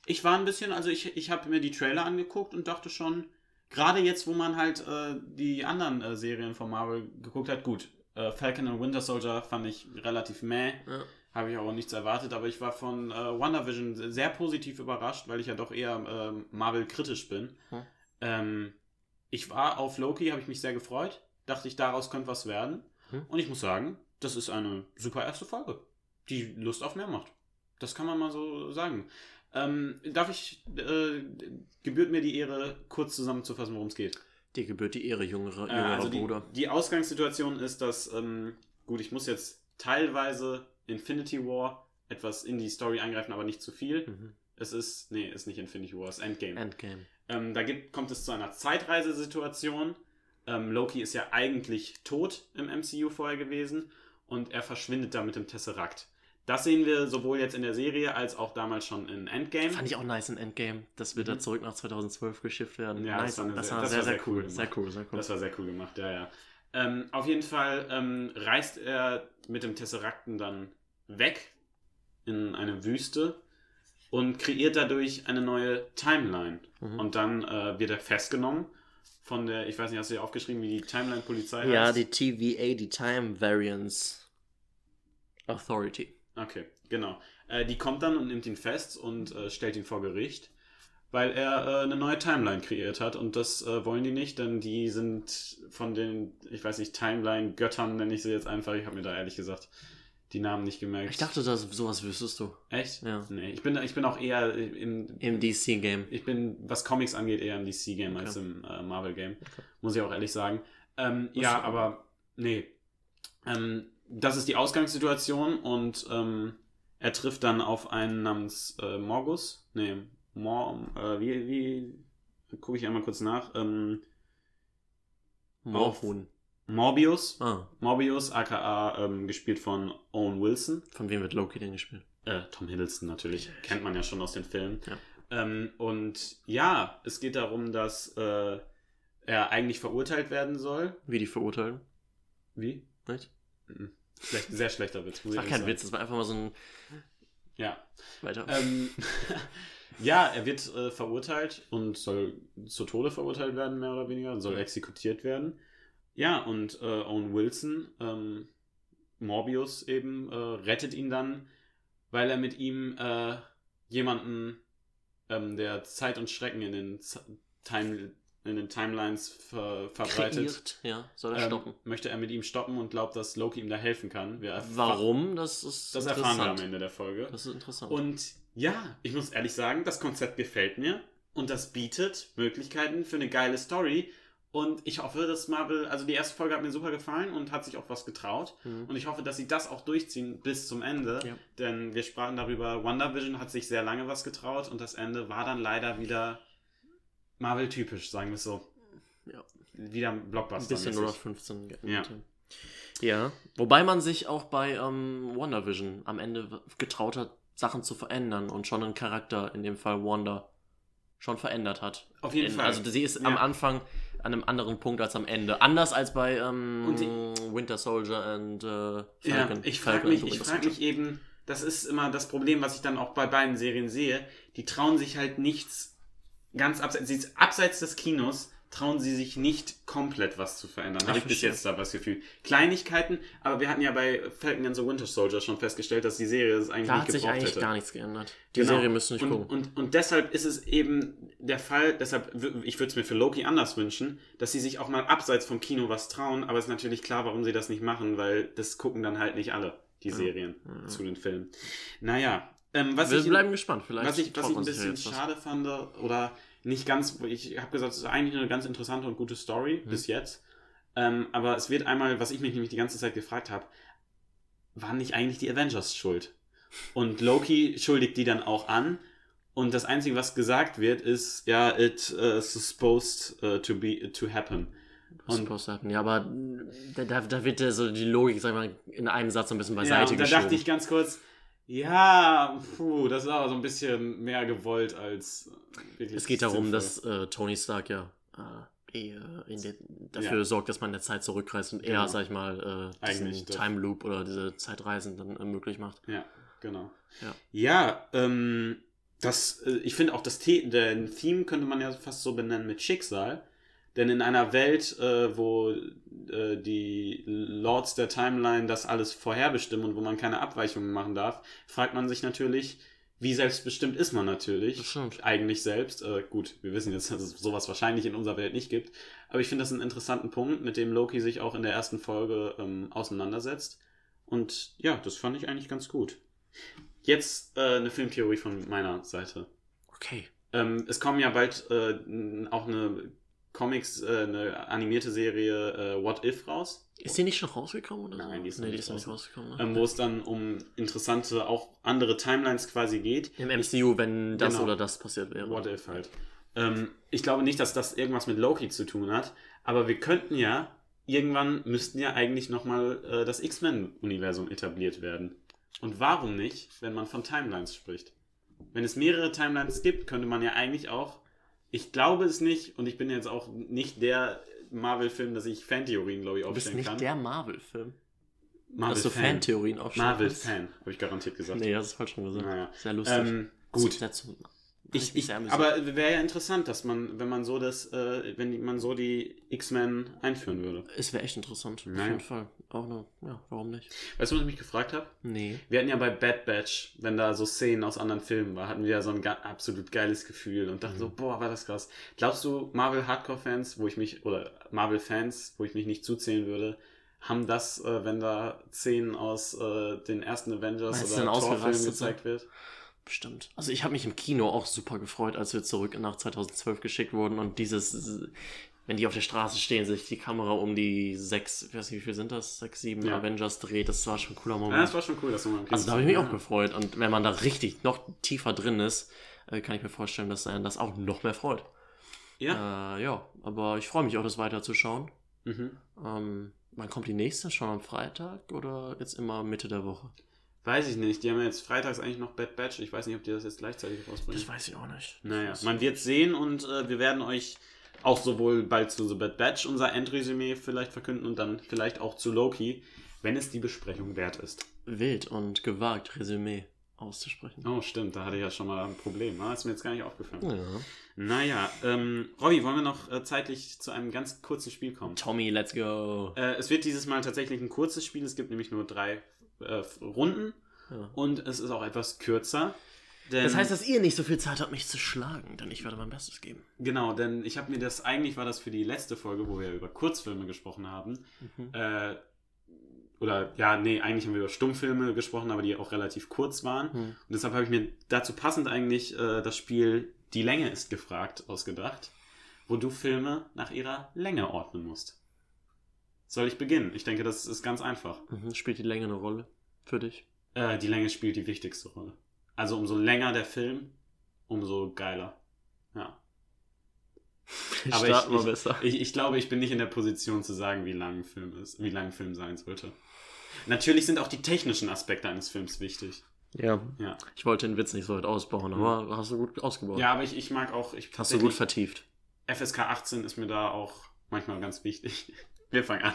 ich war ein bisschen, also ich, ich habe mir die Trailer angeguckt und dachte schon, gerade jetzt, wo man halt äh, die anderen äh, Serien von Marvel geguckt hat, gut. Äh, Falcon and Winter Soldier fand ich relativ mäh. Ja. Habe ich auch nichts erwartet, aber ich war von äh, WandaVision sehr positiv überrascht, weil ich ja doch eher ähm, Marvel kritisch bin. Hm. Ähm, ich war auf Loki, habe ich mich sehr gefreut, dachte ich, daraus könnte was werden. Hm. Und ich muss sagen, das ist eine super erste Folge, die Lust auf mehr macht. Das kann man mal so sagen. Ähm, darf ich, äh, gebührt mir die Ehre, kurz zusammenzufassen, worum es geht? Dir gebührt die Ehre, jüngerer, Äh, jüngerer also die, Bruder. die Ausgangssituation ist, dass, ähm, gut, ich muss jetzt teilweise Infinity War etwas in die Story eingreifen, aber nicht zu viel. Mhm. Es ist, nee, ist nicht Infinity War, es ist Endgame. Endgame. Ähm, da gibt, kommt es zu einer Zeitreisesituation. Ähm, Loki ist ja eigentlich tot im MCU vorher gewesen und er verschwindet da mit dem Tesseract. Das sehen wir sowohl jetzt in der Serie als auch damals schon in Endgame. Fand ich auch nice in Endgame, dass wir da Mhm. zurück nach 2012 geschifft werden. Ja, nice. das war eine das sehr- war das sehr, war sehr, sehr cool. cool gemacht. Sehr cool, sehr cool. Das war sehr cool gemacht, ja, ja. Ähm, auf jeden Fall ähm, reist er mit dem Tesserakten dann weg in eine Wüste und kreiert dadurch eine neue Timeline. Mhm. Und dann äh, wird er festgenommen von der, ich weiß nicht, hast du dir aufgeschrieben, wie die Timeline-Polizei ja, heißt? die TVA, die Time Variance Authority. Okay, genau. Äh, die kommt dann und nimmt ihn fest und äh, stellt ihn vor Gericht. weil er äh, eine neue Timeline kreiert hat und das äh, wollen die nicht, denn die sind von den, ich weiß nicht, Timeline-Göttern nenne ich sie jetzt einfach. Ich habe mir da ehrlich gesagt die Namen nicht gemerkt. Ich dachte, dass sowas wüsstest du. Echt? Ja. Nee, ich bin, ich bin auch eher äh, im, Im DC-Game. ich bin, was Comics angeht, eher im DC-Game als Okay. im äh, Marvel-Game. Okay. Muss ich auch ehrlich sagen. Ähm, Was- ja, aber nee. Ähm, das ist die Ausgangssituation und ähm, er trifft dann auf einen namens äh, Morgus. Nee, Mor, äh, wie, wie, gucke ich einmal kurz nach. Ähm, Morhun. Morbius. Ah, Morbius, aka ähm, gespielt von Owen Wilson. von wem wird Loki denn gespielt? Äh, Tom Hiddleston natürlich, kennt man ja schon aus den Filmen. Ja. Ähm, und ja, es geht darum, dass äh, er eigentlich verurteilt werden soll. Wie die verurteilen? Wie? Nicht? Mhm. Schlecht, sehr schlechter Witz. muss Das war ich ehrlich kein sagen. Witz, das war einfach mal so ein Ja. weiter. Ähm, (laughs) ja, er wird äh, verurteilt und soll zu Tode verurteilt werden, mehr oder weniger, soll exekutiert werden. Ja, und äh, Owen Wilson, ähm, Morbius eben, äh, rettet ihn dann, weil er mit ihm äh, jemanden, ähm, der Zeit und Schrecken in den, Z Time in den Timelines ver verbreitet, kreiert. Ja, soll er ähm, stoppen. möchte er mit ihm stoppen und glaubt, dass Loki ihm da helfen kann. Wir erf- Warum? Das ist Das erfahren interessant. wir am Ende der Folge. Das ist interessant. Und ja, ich muss ehrlich sagen, das Konzept gefällt mir und das bietet Möglichkeiten für eine geile Story. Und ich hoffe, dass Marvel, also die erste Folge hat mir super gefallen und hat sich auch was getraut. Mhm. Und ich hoffe, dass sie das auch durchziehen bis zum Ende. Ja. Denn wir sprachen darüber, WandaVision hat sich sehr lange was getraut und das Ende war dann leider wieder Marvel-typisch, sagen wir es so. Ja. Wieder Blockbuster. Ein bisschen 0815. Ja. ja. Wobei man sich auch bei ähm, WandaVision am Ende w- getraut hat, Sachen zu verändern und schon einen Charakter, in dem Fall Wanda, schon verändert hat. Auf jeden in, Fall. Also sie ist Ja. am Anfang an einem anderen Punkt als am Ende. Anders als bei ähm, Und Winter Soldier and äh, Falcon. Ja, ich frage Falcon mich, and ich Winter frag Soldier. mich eben, das ist immer das Problem, was ich dann auch bei beiden Serien sehe. Die trauen sich halt nichts ganz abseits, sie ist abseits des Kinos trauen sie sich nicht komplett was zu verändern. Ich Habe ich bis verstehe. jetzt da was Gefühl. Kleinigkeiten, aber wir hatten ja bei Falcon and the Winter Soldier schon festgestellt, dass die Serie es eigentlich Da nicht hat sich gebraucht eigentlich hätte. gar nichts geändert. Die Genau. Serie müssen nicht und, gucken. Und, und deshalb ist es eben der Fall, deshalb, w- ich würde es mir für Loki anders wünschen, dass sie sich auch mal abseits vom Kino was trauen, aber es ist natürlich klar, warum sie das nicht machen, weil das gucken dann halt nicht alle, die Ja. Serien Ja. zu den Filmen. Naja, ähm, was, Wir ich, bleiben gespannt. Vielleicht was ich, was traut ich ein man sich ja bisschen jetzt was. schade fand, oder nicht ganz, ich habe gesagt, es ist eigentlich eine ganz interessante und gute Story Mhm. bis jetzt, ähm, aber es wird einmal, was ich mich nämlich die ganze Zeit gefragt habe, waren nicht eigentlich die Avengers schuld? Und Loki schuldigt die dann auch an. Und das Einzige, was gesagt wird, ist, ja, it uh, supposed uh, to be to happen. Was Und- Post hatten. Ja, aber da, da, da wird ja so die Logik, sag ich mal, in einem Satz so ein bisschen ja, beiseite und da geschoben. dachte ich ganz kurz, ja, puh, das ist aber so ein bisschen mehr gewollt als wirklich. es geht darum, sinnvoll. dass äh, Tony Stark ja äh, eh, äh, in der, dafür Ja. sorgt, dass man in der Zeit zurückreist und Genau. er, sag ich mal, äh, Eigentlich diesen das- Time Loop oder diese Zeitreisen dann äh, möglich macht. Ja, genau. Ja. Ja, ähm, das, äh, ich finde auch das The den Theme könnte man ja fast so benennen mit Schicksal. Denn in einer Welt, äh, wo äh, die Lords der Timeline das alles vorherbestimmen und wo man keine Abweichungen machen darf, fragt man sich natürlich, wie selbstbestimmt ist man natürlich Das stimmt. eigentlich selbst. Äh, gut, wir wissen jetzt, dass es sowas wahrscheinlich in unserer Welt nicht gibt. Aber ich finde das einen interessanten Punkt, mit dem Loki sich auch in der ersten Folge ähm, auseinandersetzt. Und ja, das fand ich eigentlich ganz gut. Jetzt äh, eine Filmtheorie von meiner Seite. Okay. Ähm, es kommen ja bald äh, n- auch eine Comics, äh, eine animierte Serie äh, What If raus. Ist die nicht schon rausgekommen? Oder Nein, so? die ist noch nee, die nicht ist noch nicht rausgekommen. Ne? ähm, wo es dann um interessante, auch andere Timelines quasi geht. Im MCU, wenn das Genau. oder das passiert wäre. What if halt. Ähm, ich glaube nicht, dass das irgendwas mit Loki zu tun hat, aber wir könnten ja, irgendwann müssten ja eigentlich nochmal äh, das X-Men-Universum etabliert werden. Und warum nicht, wenn man von Timelines spricht? Wenn es mehrere Timelines gibt, könnte man ja eigentlich auch, ich glaube es nicht, und ich bin jetzt auch nicht der Marvel-Film, dass ich Fantheorien, glaube ich, Du bist aufstellen nicht kann. der Marvel-Film. Dass du Marvel-Fan. Fan-Theorien also aufstellst. oh Marvel-Fan, habe ich garantiert gesagt. Nee, das ist falsch schon gesagt. Naja. Sehr lustig. Ähm, gut. Sehr zum ich, ich, aber wäre ja interessant, dass man, wenn man so das, äh, wenn man so die X-Men einführen würde. es wäre echt interessant, auf Naja. jeden Fall. Auch eine, ja, warum nicht? Weißt du, was ich mich gefragt habe? Nee. Wir hatten ja bei Bad Batch, wenn da so Szenen aus anderen Filmen war, hatten wir ja so ein ga- absolut geiles Gefühl und dachten Mhm. so, boah, war das krass. Glaubst du, Marvel Hardcore-Fans, wo ich mich, oder Marvel-Fans, wo ich mich nicht zuzählen würde, haben das, äh, wenn da Szenen aus äh, den ersten Avengers Meinst du, oder dann Thor-Filmen ausgerastet ne? gezeigt wird? Bestimmt. Also ich habe mich im Kino auch super gefreut, als wir zurück nach 2012 geschickt wurden und dieses, wenn die auf der Straße stehen, sich die Kamera um die sechs, ich weiß nicht, wie viel sind das? Sechs, sieben Ja. Avengers dreht, das war schon ein cooler Ja, Moment. das war schon cool, dass du mal im Kino Oh also da habe ich mich warst. auch gefreut. Und wenn man da richtig noch tiefer drin ist, äh, kann ich mir vorstellen, dass einen das auch noch mehr freut. Ja. Äh, ja, aber ich freue mich auch, das weiterzuschauen. Mhm. Ähm, wann kommt die nächste? Schon am Freitag oder jetzt immer Mitte der Woche? Weiß ich nicht. Die haben ja jetzt freitags eigentlich noch Bad Batch. Ich weiß nicht, ob die das jetzt gleichzeitig rausbringen. Das weiß ich auch nicht. Naja, man wird sehen und äh, wir werden euch auch sowohl bald zu The Bad Batch unser Endresümee vielleicht verkünden und dann vielleicht auch zu Loki, wenn es die Besprechung wert ist. Wild und gewagt, Resümee auszusprechen. Oh, stimmt, da hatte ich ja schon mal ein Problem. Ne? Ist mir jetzt gar nicht aufgefallen. Ja. Naja, ähm, Robby, wollen wir noch äh, zeitlich zu einem ganz kurzen Spiel kommen? Tommy, let's go. Äh, es wird dieses Mal tatsächlich ein kurzes Spiel. Es gibt nämlich nur drei äh, Runden Ja. und es ist auch etwas kürzer. Denn Das heißt, dass ihr nicht so viel Zeit habt, mich zu schlagen, denn ich werde mein Bestes geben. Genau, denn ich habe mir das, eigentlich war das für die letzte Folge, wo wir über Kurzfilme gesprochen haben. Mhm. Äh, oder ja, nee, eigentlich haben wir über Stummfilme gesprochen, aber die auch relativ kurz waren. Hm. Und deshalb habe ich mir dazu passend eigentlich äh, das Spiel Die Länge ist gefragt ausgedacht, wo du Filme nach ihrer Länge ordnen musst. Soll ich beginnen? Ich denke, das ist ganz einfach. Mhm. Spielt die Länge eine Rolle für dich? Äh, die Länge spielt die wichtigste Rolle. Also umso länger der Film, umso geiler. Ja. Aber ich- Starten wir besser. Ich, ich glaube, ich bin nicht in der Position zu sagen, wie lang ein Film ist, wie lang ein Film sein sollte. Natürlich sind auch die technischen Aspekte eines Films wichtig. ja. Ja. Ich wollte den Witz nicht so weit ausbauen, aber hast du gut ausgebaut. Ja, aber ich, ich mag auch. Ich Hast du gut tatsächlich- vertieft. FSK 18 ist mir da auch manchmal ganz wichtig. (laughs) Wir fangen an.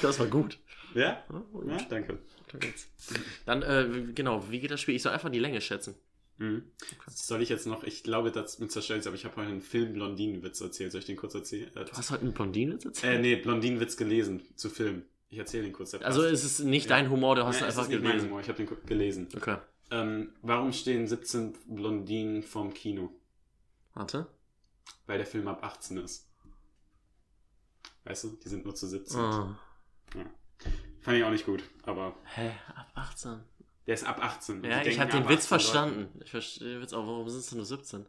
Das war gut. Ja? Ja, war gut. Ja, danke. Da geht's. Dann, äh, genau, wie geht das Spiel? Ich soll einfach die Länge schätzen. Mhm. Soll ich jetzt noch, ich glaube, das mit zerstellt aber ich habe heute einen Film-Blondinen-Witz erzählt. Soll ich den kurz erzählen? Äh, Du hast heute einen Blondine jetzt äh, nee, Blondinen-Witz gelesen zu Film. Ich erzähle den kurz. der Also passt. es ist nicht Ja. dein Humor, du hast Ja, du es einfach ist nicht mein gelesen. Humor, Ich habe den ku- gelesen. Okay, Ähm, warum stehen 17 Blondinen vorm Kino? warte. Weil der Film ab 18 ist. Weißt du, die sind nur zu 17. Oh. Fand ich auch nicht gut, aber Hä, ab 18. der ist ab 18. Ja, Die ich denken habe den ab Witz 18 Leuten. verstanden. Ich verstehe den Witz auch. Warum sind es denn nur 17?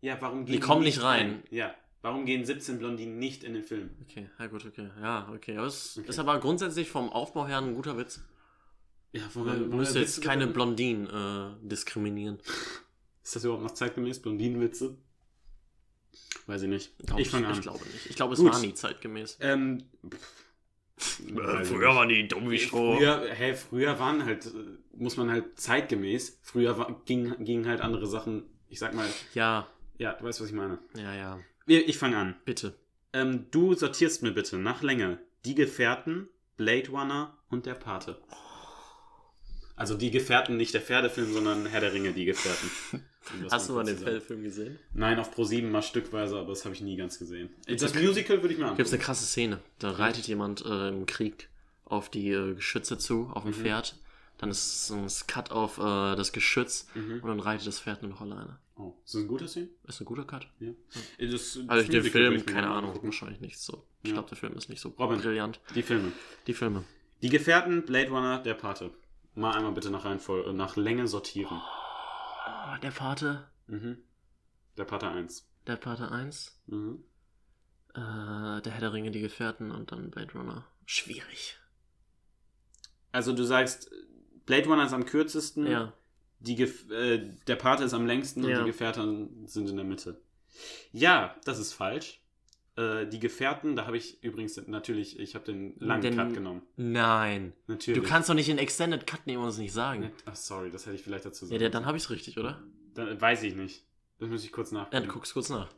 Ja, warum Die kommen nicht rein. Ja, warum gehen 17 Blondinen nicht in den Film? Okay, ja gut, okay. Ja, okay. Aber es Okay. ist aber grundsätzlich vom Aufbau her ein guter Witz. Ja, Man müsste jetzt keine Blondinen äh, diskriminieren. Ist das überhaupt noch zeitgemäß? Blondinenwitze? Weiß ich nicht. Glaub ich fange an. Ich glaube nicht. Ich glaube, es Gut. war nie zeitgemäß. (laughs) ähm, pff, weiß ich nicht. waren die dumm Früher, hey, früher waren halt, äh, muss man halt zeitgemäß, früher war, ging, gingen halt andere Sachen, ich sag mal, Ja, ja, du weißt, was ich meine. ja, ja. Ich, ich fange an. Bitte. Ähm, du sortierst mir bitte nach Länge Die Gefährten, Blade Runner und der Pate. Also Die Gefährten, nicht der Pferdefilm, sondern Herr der Ringe, Die (laughs) Gefährten. Um das Hast du mal kurz den zu sagen. Film gesehen? Nein, auf Pro7 mal stückweise, aber das habe ich nie ganz gesehen. Das Musical würde ich mir Gibt es angucken. eine krasse Szene. Da reitet jemand äh, im Krieg auf die äh, Geschütze zu, auf ein Mhm. Pferd. Dann ist ein Cut auf äh, das Geschütz Mhm. und dann reitet das Pferd nur noch alleine. Oh, ist das ein guter Szene? Ist ein guter Cut. Das, Äh, das Also ich den Musical würde Film, ich mir keine mal Ahnung, angucken. wahrscheinlich nicht so. Ich Ja. glaube, der Film ist nicht so Robin. brillant. Die Filme. Die Filme. Die Gefährten, Blade Runner, der Pate. Mal einmal bitte nach Reihenfolge, äh, nach Länge sortieren. Oh, der Pate, Mhm. Der Pate 1. der Pate 1, Mhm. äh, der Herr der Ringe, die Gefährten und dann Blade Runner. Schwierig. Also du sagst, Blade Runner ist am kürzesten. Ja. die Gef äh, der Pate ist am längsten Ja. und die Gefährten sind in der Mitte. Ja, das ist falsch. Äh, die Gefährten, da habe ich übrigens natürlich, ich habe den langen Den- Cut genommen. Nein. Natürlich. Du kannst doch nicht den Extended Cut nehmen und es nicht sagen. Ach, sorry, das hätte ich vielleicht dazu Ja, sagen. der, dann habe ich es richtig, oder? Dann weiß ich nicht. Das muss ich kurz Ja, nachgucken. du guckst kurz nach.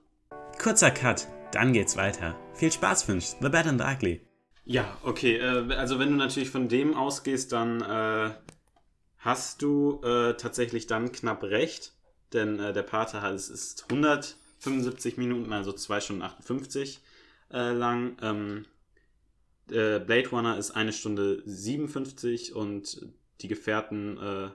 Kurzer Cut, dann geht's weiter. Viel Spaß wünscht The Bad and the Ugly. Ja, okay, äh, also wenn du natürlich von dem ausgehst, dann äh, hast du äh, tatsächlich dann knapp recht. denn äh, der Pate hat, es ist 175 Minuten, also 2 Stunden 58 äh, lang. Ähm, äh, Blade Runner ist eine Stunde 57 und die Gefährten äh,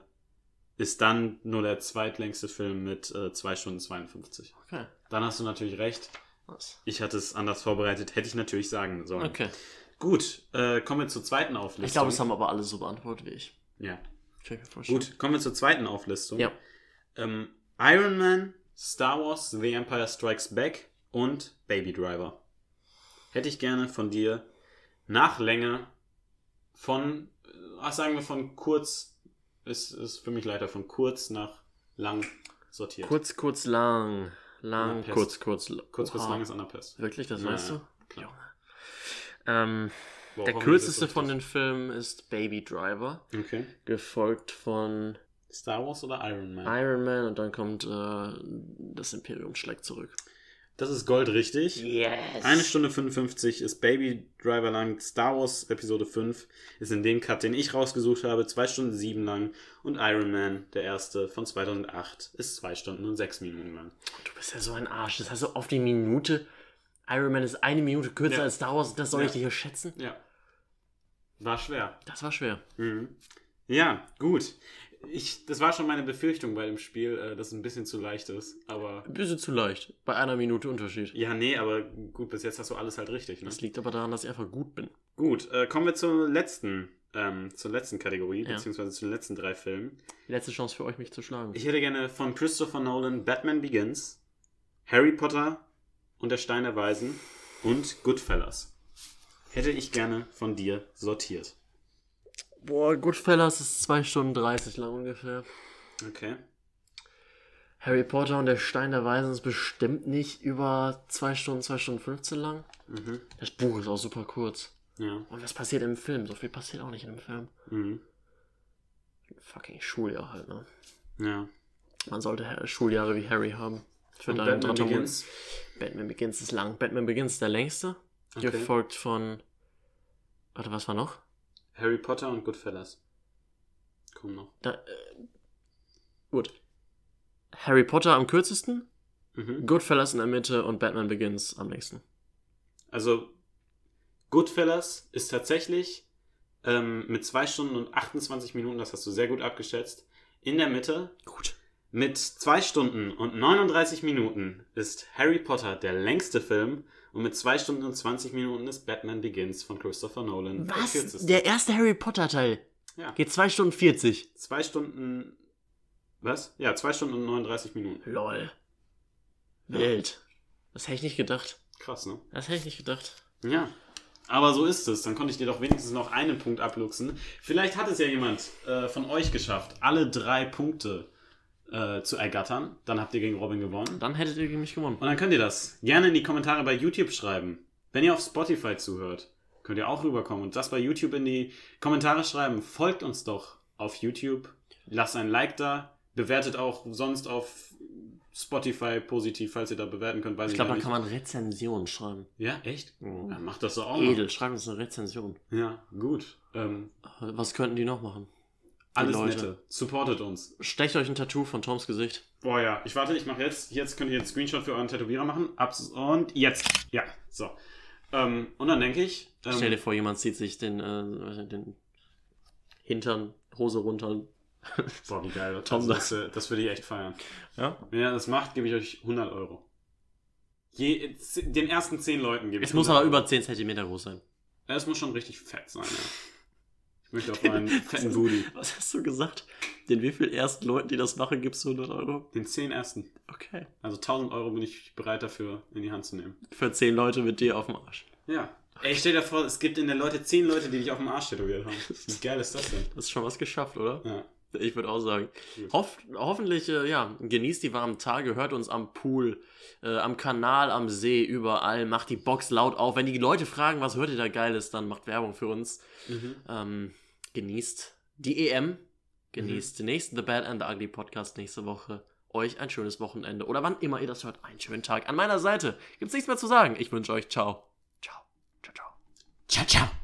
ist dann nur der zweitlängste Film mit äh, 2 Stunden 52. Okay. Dann hast du natürlich recht. Was? Ich hatte es anders vorbereitet, hätte ich natürlich sagen sollen. Okay. Gut, äh, kommen wir zur zweiten Auflistung. Ich glaube, das haben aber alle so beantwortet wie ich. ja. Kann ich mir vorstellen. Gut, kommen wir zur zweiten Auflistung. Ja. Ähm, Iron Man, Star Wars, The Empire Strikes Back und Baby Driver. Hätte ich gerne von dir nach Länge von, äh, ach, sagen wir von kurz, ist, ist für mich leider von kurz nach lang sortiert. Kurz, kurz, lang. Na, Lang, Pest. kurz, kurz. la- kurz, kurz Oha. lang ist an der Pest. Wirklich, das Ja, weißt ja, du? Junge. Ähm, Wow, der hoffentlich kürzeste ist das von richtig. den Filmen ist Baby Driver, Okay. gefolgt von Star Wars oder Iron Man? Iron Man und dann kommt äh, Das Imperium schlägt zurück. Das ist Gold richtig. Yes! Eine Stunde 55 ist Baby Driver lang. Star Wars Episode 5 ist in dem Cut, den ich rausgesucht habe, 2 Stunden 7 lang. Und Iron Man, der erste von 2008, ist 2 Stunden und 6 Minuten lang. Du bist ja so ein Arsch. Das heißt, so auf die Minute. Iron Man ist eine Minute kürzer Ja. als Star Wars. Das soll Ja. ich dir hier schätzen? Ja. War schwer. Das war schwer. Mhm. Ja, gut. Ich, das war schon meine Befürchtung bei dem Spiel, äh, dass es ein bisschen zu leicht ist. Aber. Ein bisschen zu leicht. Bei einer Minute Unterschied. Ja, nee, aber gut, bis jetzt hast du alles halt richtig. Ne? Das liegt aber daran, dass ich einfach gut bin. Gut, äh, kommen wir zur letzten, ähm, zur letzten Kategorie, Ja. beziehungsweise zu den letzten drei Filmen. Die letzte Chance für euch, mich zu schlagen. Ich hätte gerne von Christopher Nolan Batman Begins, Harry Potter und der Stein der Weisen und Goodfellas. Hätte ich gerne von dir sortiert. Boah, Goodfellas ist 2 Stunden 30 lang ungefähr. Okay. Harry Potter und der Stein der Weisen ist bestimmt nicht über 2 Stunden, 2 Stunden 15 lang. Mhm. Das Buch ist auch super kurz. Ja. Und was passiert im Film? So viel passiert auch nicht in dem Film. Mhm. Fucking Schuljahr halt, ne? Ja. Man sollte Ha- Schuljahre wie Harry haben. Für Und deinen Batman Dritten- Begins? Batman Begins ist lang. Batman Begins ist der längste. Okay. Gefolgt von. Warte, was war noch? Harry Potter und Goodfellas. Komm noch. Da, äh, gut. Harry Potter am kürzesten, Mhm. Goodfellas in der Mitte und Batman Begins am längsten. Also, Goodfellas ist tatsächlich ähm, mit 2 Stunden und 28 Minuten, das hast du sehr gut abgeschätzt, in der Mitte Gut. Mit 2 Stunden und 39 Minuten ist Harry Potter der längste Film und mit 2 Stunden und 20 Minuten ist Batman Begins von Christopher Nolan. der Was? kürzeste. Der erste Harry Potter Teil Ja, geht 2 Stunden 40. 2 Stunden. Was? Ja, 2 Stunden und 39 Minuten. Lol. Wild. Das hätte ich nicht gedacht. Krass, ne? Das hätte ich nicht gedacht. Ja. Aber so ist es. Dann konnte ich dir doch wenigstens noch einen Punkt abluchsen. Vielleicht hat es ja jemand äh, von euch geschafft, alle drei Punkte äh, zu ergattern. Dann habt ihr gegen Robin gewonnen. Dann hättet ihr gegen mich gewonnen. Und dann könnt ihr das gerne in die Kommentare bei YouTube schreiben. Wenn ihr auf Spotify zuhört, könnt ihr auch rüberkommen und das bei YouTube in die Kommentare schreiben. Folgt uns doch auf YouTube, lasst ein Like da, bewertet auch sonst auf Spotify positiv, falls ihr da bewerten könnt. Weiß Ich ich glaube, da ja nicht. kann man Rezensionen schreiben. Ja, echt? Mhm. Dann macht das doch auch mal. Edel, schreib uns eine Rezension. Ja, gut. Ähm, Was könnten die noch machen? alles Leute. Nette. Supportet uns. Stecht euch ein Tattoo von Toms Gesicht. Boah, ja. Ich warte, ich mache jetzt. Jetzt könnt ihr einen Screenshot für euren Tätowierer machen. Abs und jetzt. Ja, so. Ähm, und dann denke ich. Ähm, Stell dir vor, jemand zieht sich den, äh, weiß nicht, den Hintern, Hose runter. Boah, wie geil. Tom, Also, das, äh, das würde ich echt feiern. Ja? Wenn ihr das macht, gebe ich euch 100 Euro. Je, z- den ersten 10 Leuten gebe ich Es muss aber 100 Euro. über 10 cm groß sein. Ja, Es muss schon richtig fett sein, ja. (laughs) Ich möchte auf meinen fetten Booty. Was hast du gesagt? Den wie viel ersten Leuten, die das machen, gibst du 100 Euro? Den 10 ersten. Okay. Also 1000 Euro bin ich bereit dafür in die Hand zu nehmen. Für 10 Leute mit dir auf dem Arsch. Ja. Ey, ich stell dir vor, es gibt in der Leute 10 Leute, die dich auf dem Arsch tätowiert haben. Wie geil ist das denn? Das ist schon was geschafft, oder? Ja. Ich würde auch sagen. Gut. Hoff, hoffentlich, äh, ja, genießt die warmen Tage, hört uns am Pool, äh, am Kanal, am See, überall. Macht die Box laut auf. Wenn die Leute fragen, was hört ihr da Geiles, dann macht Werbung für uns. Ähm, genießt die EM, genießt den nächsten The Bad and the Ugly Podcast nächste Woche. Euch ein schönes Wochenende oder wann immer ihr das hört, einen schönen Tag. An meiner Seite gibt's nichts mehr zu sagen. Ich wünsche euch ciao. Ciao. Ciao, ciao. Ciao, ciao.